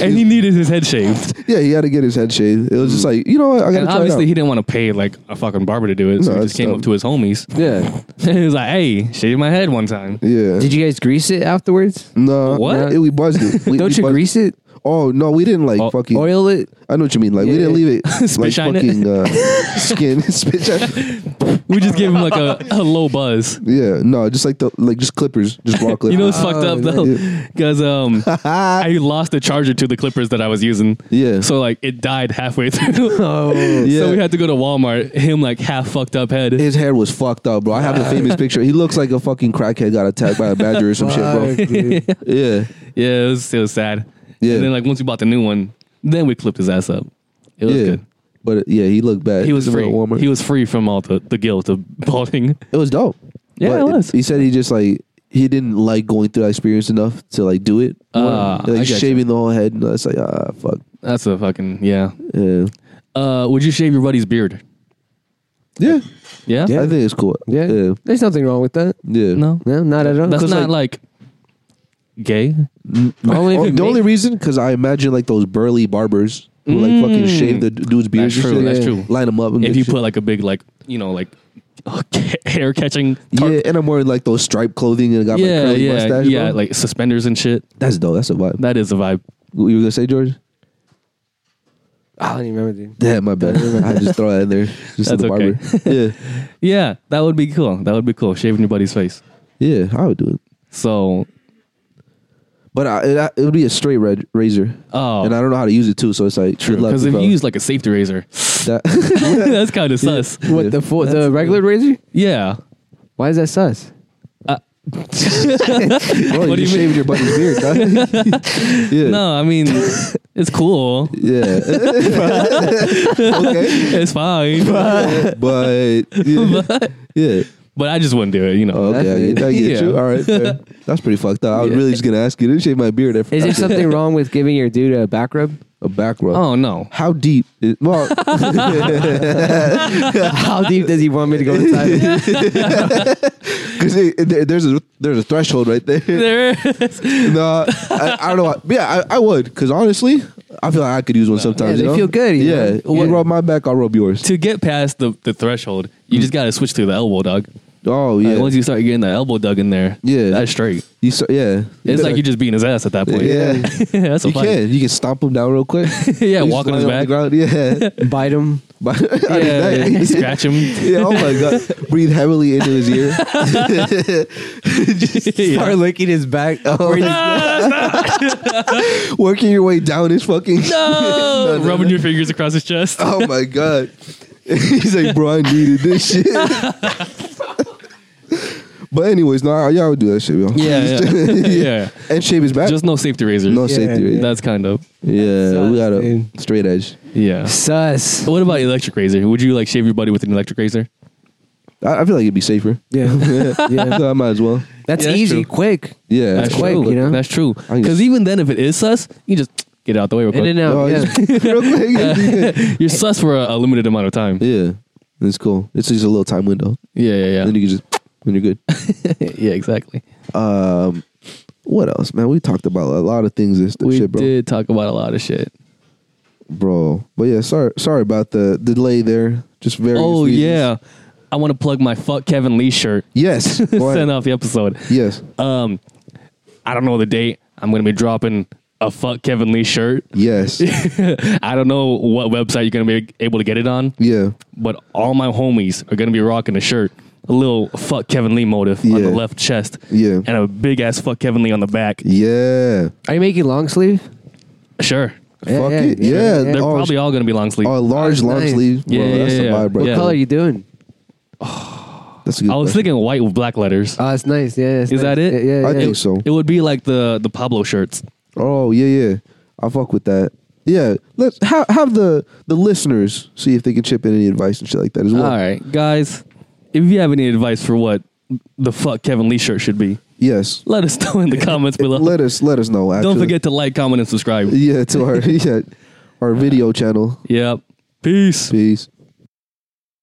*laughs*
and he needed his head shaved.
yeah, he had to get his head shaved. It was just like, you know what, I gotta
And
try
obviously
it
he
out.
didn't want to pay like a fucking barber to do it. So
No,
he
that's
just came
dumb.
up to his homies. *laughs*
yeah.
he was like, Hey, shave my head one time.
Yeah.
Did you guys grease it afterwards?
no,
What?
it- we
*laughs*
buzzed it. We,
Don't
we
you
buzzed-
grease it?
Oh no, we didn't like
Oh,
fucking.
Oil it?
I know what you mean. Like we
Yeah.
didn't leave
*laughs*
it like
shine it.
fucking uh, skin *laughs* spit shine.
We just gave him like a, a low buzz.
Yeah, no, just like the like just clippers, just raw
*laughs*
clippers.
You know what's fucked up
Oh,
though, because um,
Ah,
I lost the charger to the clippers that I was using.
Yeah. Oh,
So like it died halfway *laughs* through.
yeah.
So we had to go to Walmart. Him like half fucked up head.
*laughs* his hair was fucked up, bro. I have the
*laughs*
famous picture. He looks like a fucking crackhead got attacked by a badger or some shit,
Uh,
bro.
Fuck, dude.
Yeah,
Yeah, it was, it was sad.
Yeah.
And then like once we bought the new one, then we clipped his ass up. It was
yeah.
good.
But uh, yeah, he looked bad.
He was
Some
free.
little warmer.
He was free from all the, the guilt of *laughs* balding.
It was dope.
Yeah,
But
it was.
He said he just like he didn't like going through that experience enough to like do it.
Ah, I
like
get you.
shaving the whole head. And it's like ah fuck.
That's a fucking yeah.
Yeah.
Uh, would you shave your buddy's beard?
yeah,
Yeah.
I think it's cool.
Yeah.
*laughs* yeah.
There's nothing wrong with that.
Yeah.
No.
No, not at all.
That's
'Cause,
not like, gay.
only if
Oh,
it
the
ma-
only reason, because I imagine like those burly barbers who like fucking shave the d- dude's beard.
Mm. That's
and
true,
shit.
that's true.
Line them up. And
If
good
you
shit.
put like a big like you know like *laughs* hair catching.
yeah, and I'm wearing like those striped clothing and I got
Yeah,
my curly
yeah,
mustache.
yeah,
bro.
like suspenders and shit.
that's dope. That's a vibe.
That is a vibe.
What you were gonna say, George?
I don't even remember, dude.
Damn,
*laughs*
my bad. I just throw that in there. Just in
That's
the barber. *laughs* Yeah,
Yeah, that would be cool. That would be cool. Shaving your buddy's face.
yeah, I would do it.
So,
But I, it, it would be a straight red razor,
oh,
and I don't know how to use it too. So it's like
true. Because if you use like a safety razor,
*laughs*
*laughs*
That,
That's kind of sus.
What the full, the regular razor?
Yeah.
Why is that sus?
well,
What
you
do you
just
mean?
shaved your buddy's
*laughs*
beard. dog. *laughs* yeah.
No, I
*laughs*
mean, it's cool. *laughs*
Yeah. *laughs* okay.
It's fine.
*laughs*
Uh, *laughs*
But yeah. yeah.
But I just wouldn't do it, you know.
Oh, okay. I get, I get
Yeah.
you. All
*laughs*
right. fair. That's pretty fucked up. I was really just gonna ask you. Didn't shave my beard. I
Is
forgot
there
to-
*laughs*
something wrong with giving your dude a back rub?
a back rub?
oh, no. *laughs*
How deep? Is, well,
How deep does he want me to go
*laughs*
inside?
because there's a there's a threshold
*laughs*
right there.
There is.
no, I, I don't know. But yeah, I, I would. Because honestly, I feel like I could use one sometimes.
Yeah, they
you know?
feel good, you
Yeah,
know?
you
Yeah.
rub my back, I'll rub yours.
to get past the, the threshold, you just got to switch to the elbow, dog.
Oh yeah,
Like, once you start getting the elbow dug in there,
Yeah.
that's straight.
you so, yeah.
It's like you're just beating his ass at that point.
Yeah.
*laughs* that's a
You
fight.
can you can stomp him down real quick.
*laughs* Yeah,
You
walk on
slide
his
him
back.
ground. Yeah, *laughs*
Bite him.
*laughs*
But- *laughs*
Yeah, yeah, yeah. Scratch him.
Yeah, oh my god. Breathe heavily into
*laughs*
his ear.
Yeah.
Start licking his back.
Oh, Working your way down his fucking.
No!
no,
Rubbing your fingers across his chest.
*laughs* Oh my god. *laughs* He's like, bro, I needed
*laughs*
this shit. but anyways, no, nah, y'all would do that shit, yo.
*laughs* Yeah,
*laughs*
yeah. *laughs* yeah.
And shave his back.
Just no safety razor.
no safety.
yeah.
rate.
That's kind of
Yeah, we got a
dude.
straight edge.
yeah.
Sus.
What about electric razor? Would you like shave your buddy with an electric razor?
I, I feel like it'd be safer. *laughs*
*laughs*
Yeah.
Yeah, so I might as well.
That's
Yeah, that's
easy,
true.
quick.
Yeah,
That's
It's quick,
true.
you know?
That's true.
I guess-
Because even then, if it is sus, you just get it out the way real
In
quick.
and out.
Oh,
yeah.
it's- *laughs* real quick, it'd be
*laughs*
good.
You're sus for a, a limited amount of time.
Yeah, it's cool. It's just a little time window.
Yeah, yeah,
Then you can just when you're good.
yeah. yeah, exactly.
Um, what else, man? We talked about a lot of things. This this
we
shit, bro,
did talk about a lot of shit.
bro. But yeah, sorry, sorry about the delay there. Just very.
Oh yeah, I want to plug my fuck Kevin Lee shirt.
Yes. Go
*laughs*
ahead.
Send off the episode.
Yes.
Um, I don't know the date. I'm gonna be dropping a fuck Kevin Lee shirt.
Yes.
I don't know what website you're gonna be able to get it on,
yeah.
but all my homies are gonna be rocking a shirt. A little fuck Kevin Lee motive on
Yeah.
the left chest,
Yeah.
and a big ass fuck Kevin Lee on the back.
Yeah.
Are you making long sleeve?
Sure,
Fuck
yeah,
it.
yeah,
Yeah.
yeah.
they're
Oh,
probably all gonna be long sleeve.
oh, a large long
nice.
sleeve.
Yeah,
Bro,
yeah,
that's
yeah.
a vibe, bro.
What
Yeah.
color are you doing?
That's a good.
I was
question.
thinking white with black letters.
Oh, it's nice. Yeah.
Is that it?
Yeah. yeah,
I
yeah.
think so.
It would be like the the Pablo shirts.
Oh yeah, yeah. I fuck with that. Yeah. Let's have have the the listeners see if they can chip in any advice and shit like that as well.
All right, guys, if you have any advice for what the fuck Kevin Lee shirt should be,
Yes.
let us know in
*laughs*
the comments below.
Let us let us know. Actually.
Don't
*laughs*
forget to like, comment, and subscribe.
Yeah, to our yeah, our video channel.
Yep. Peace.
Peace.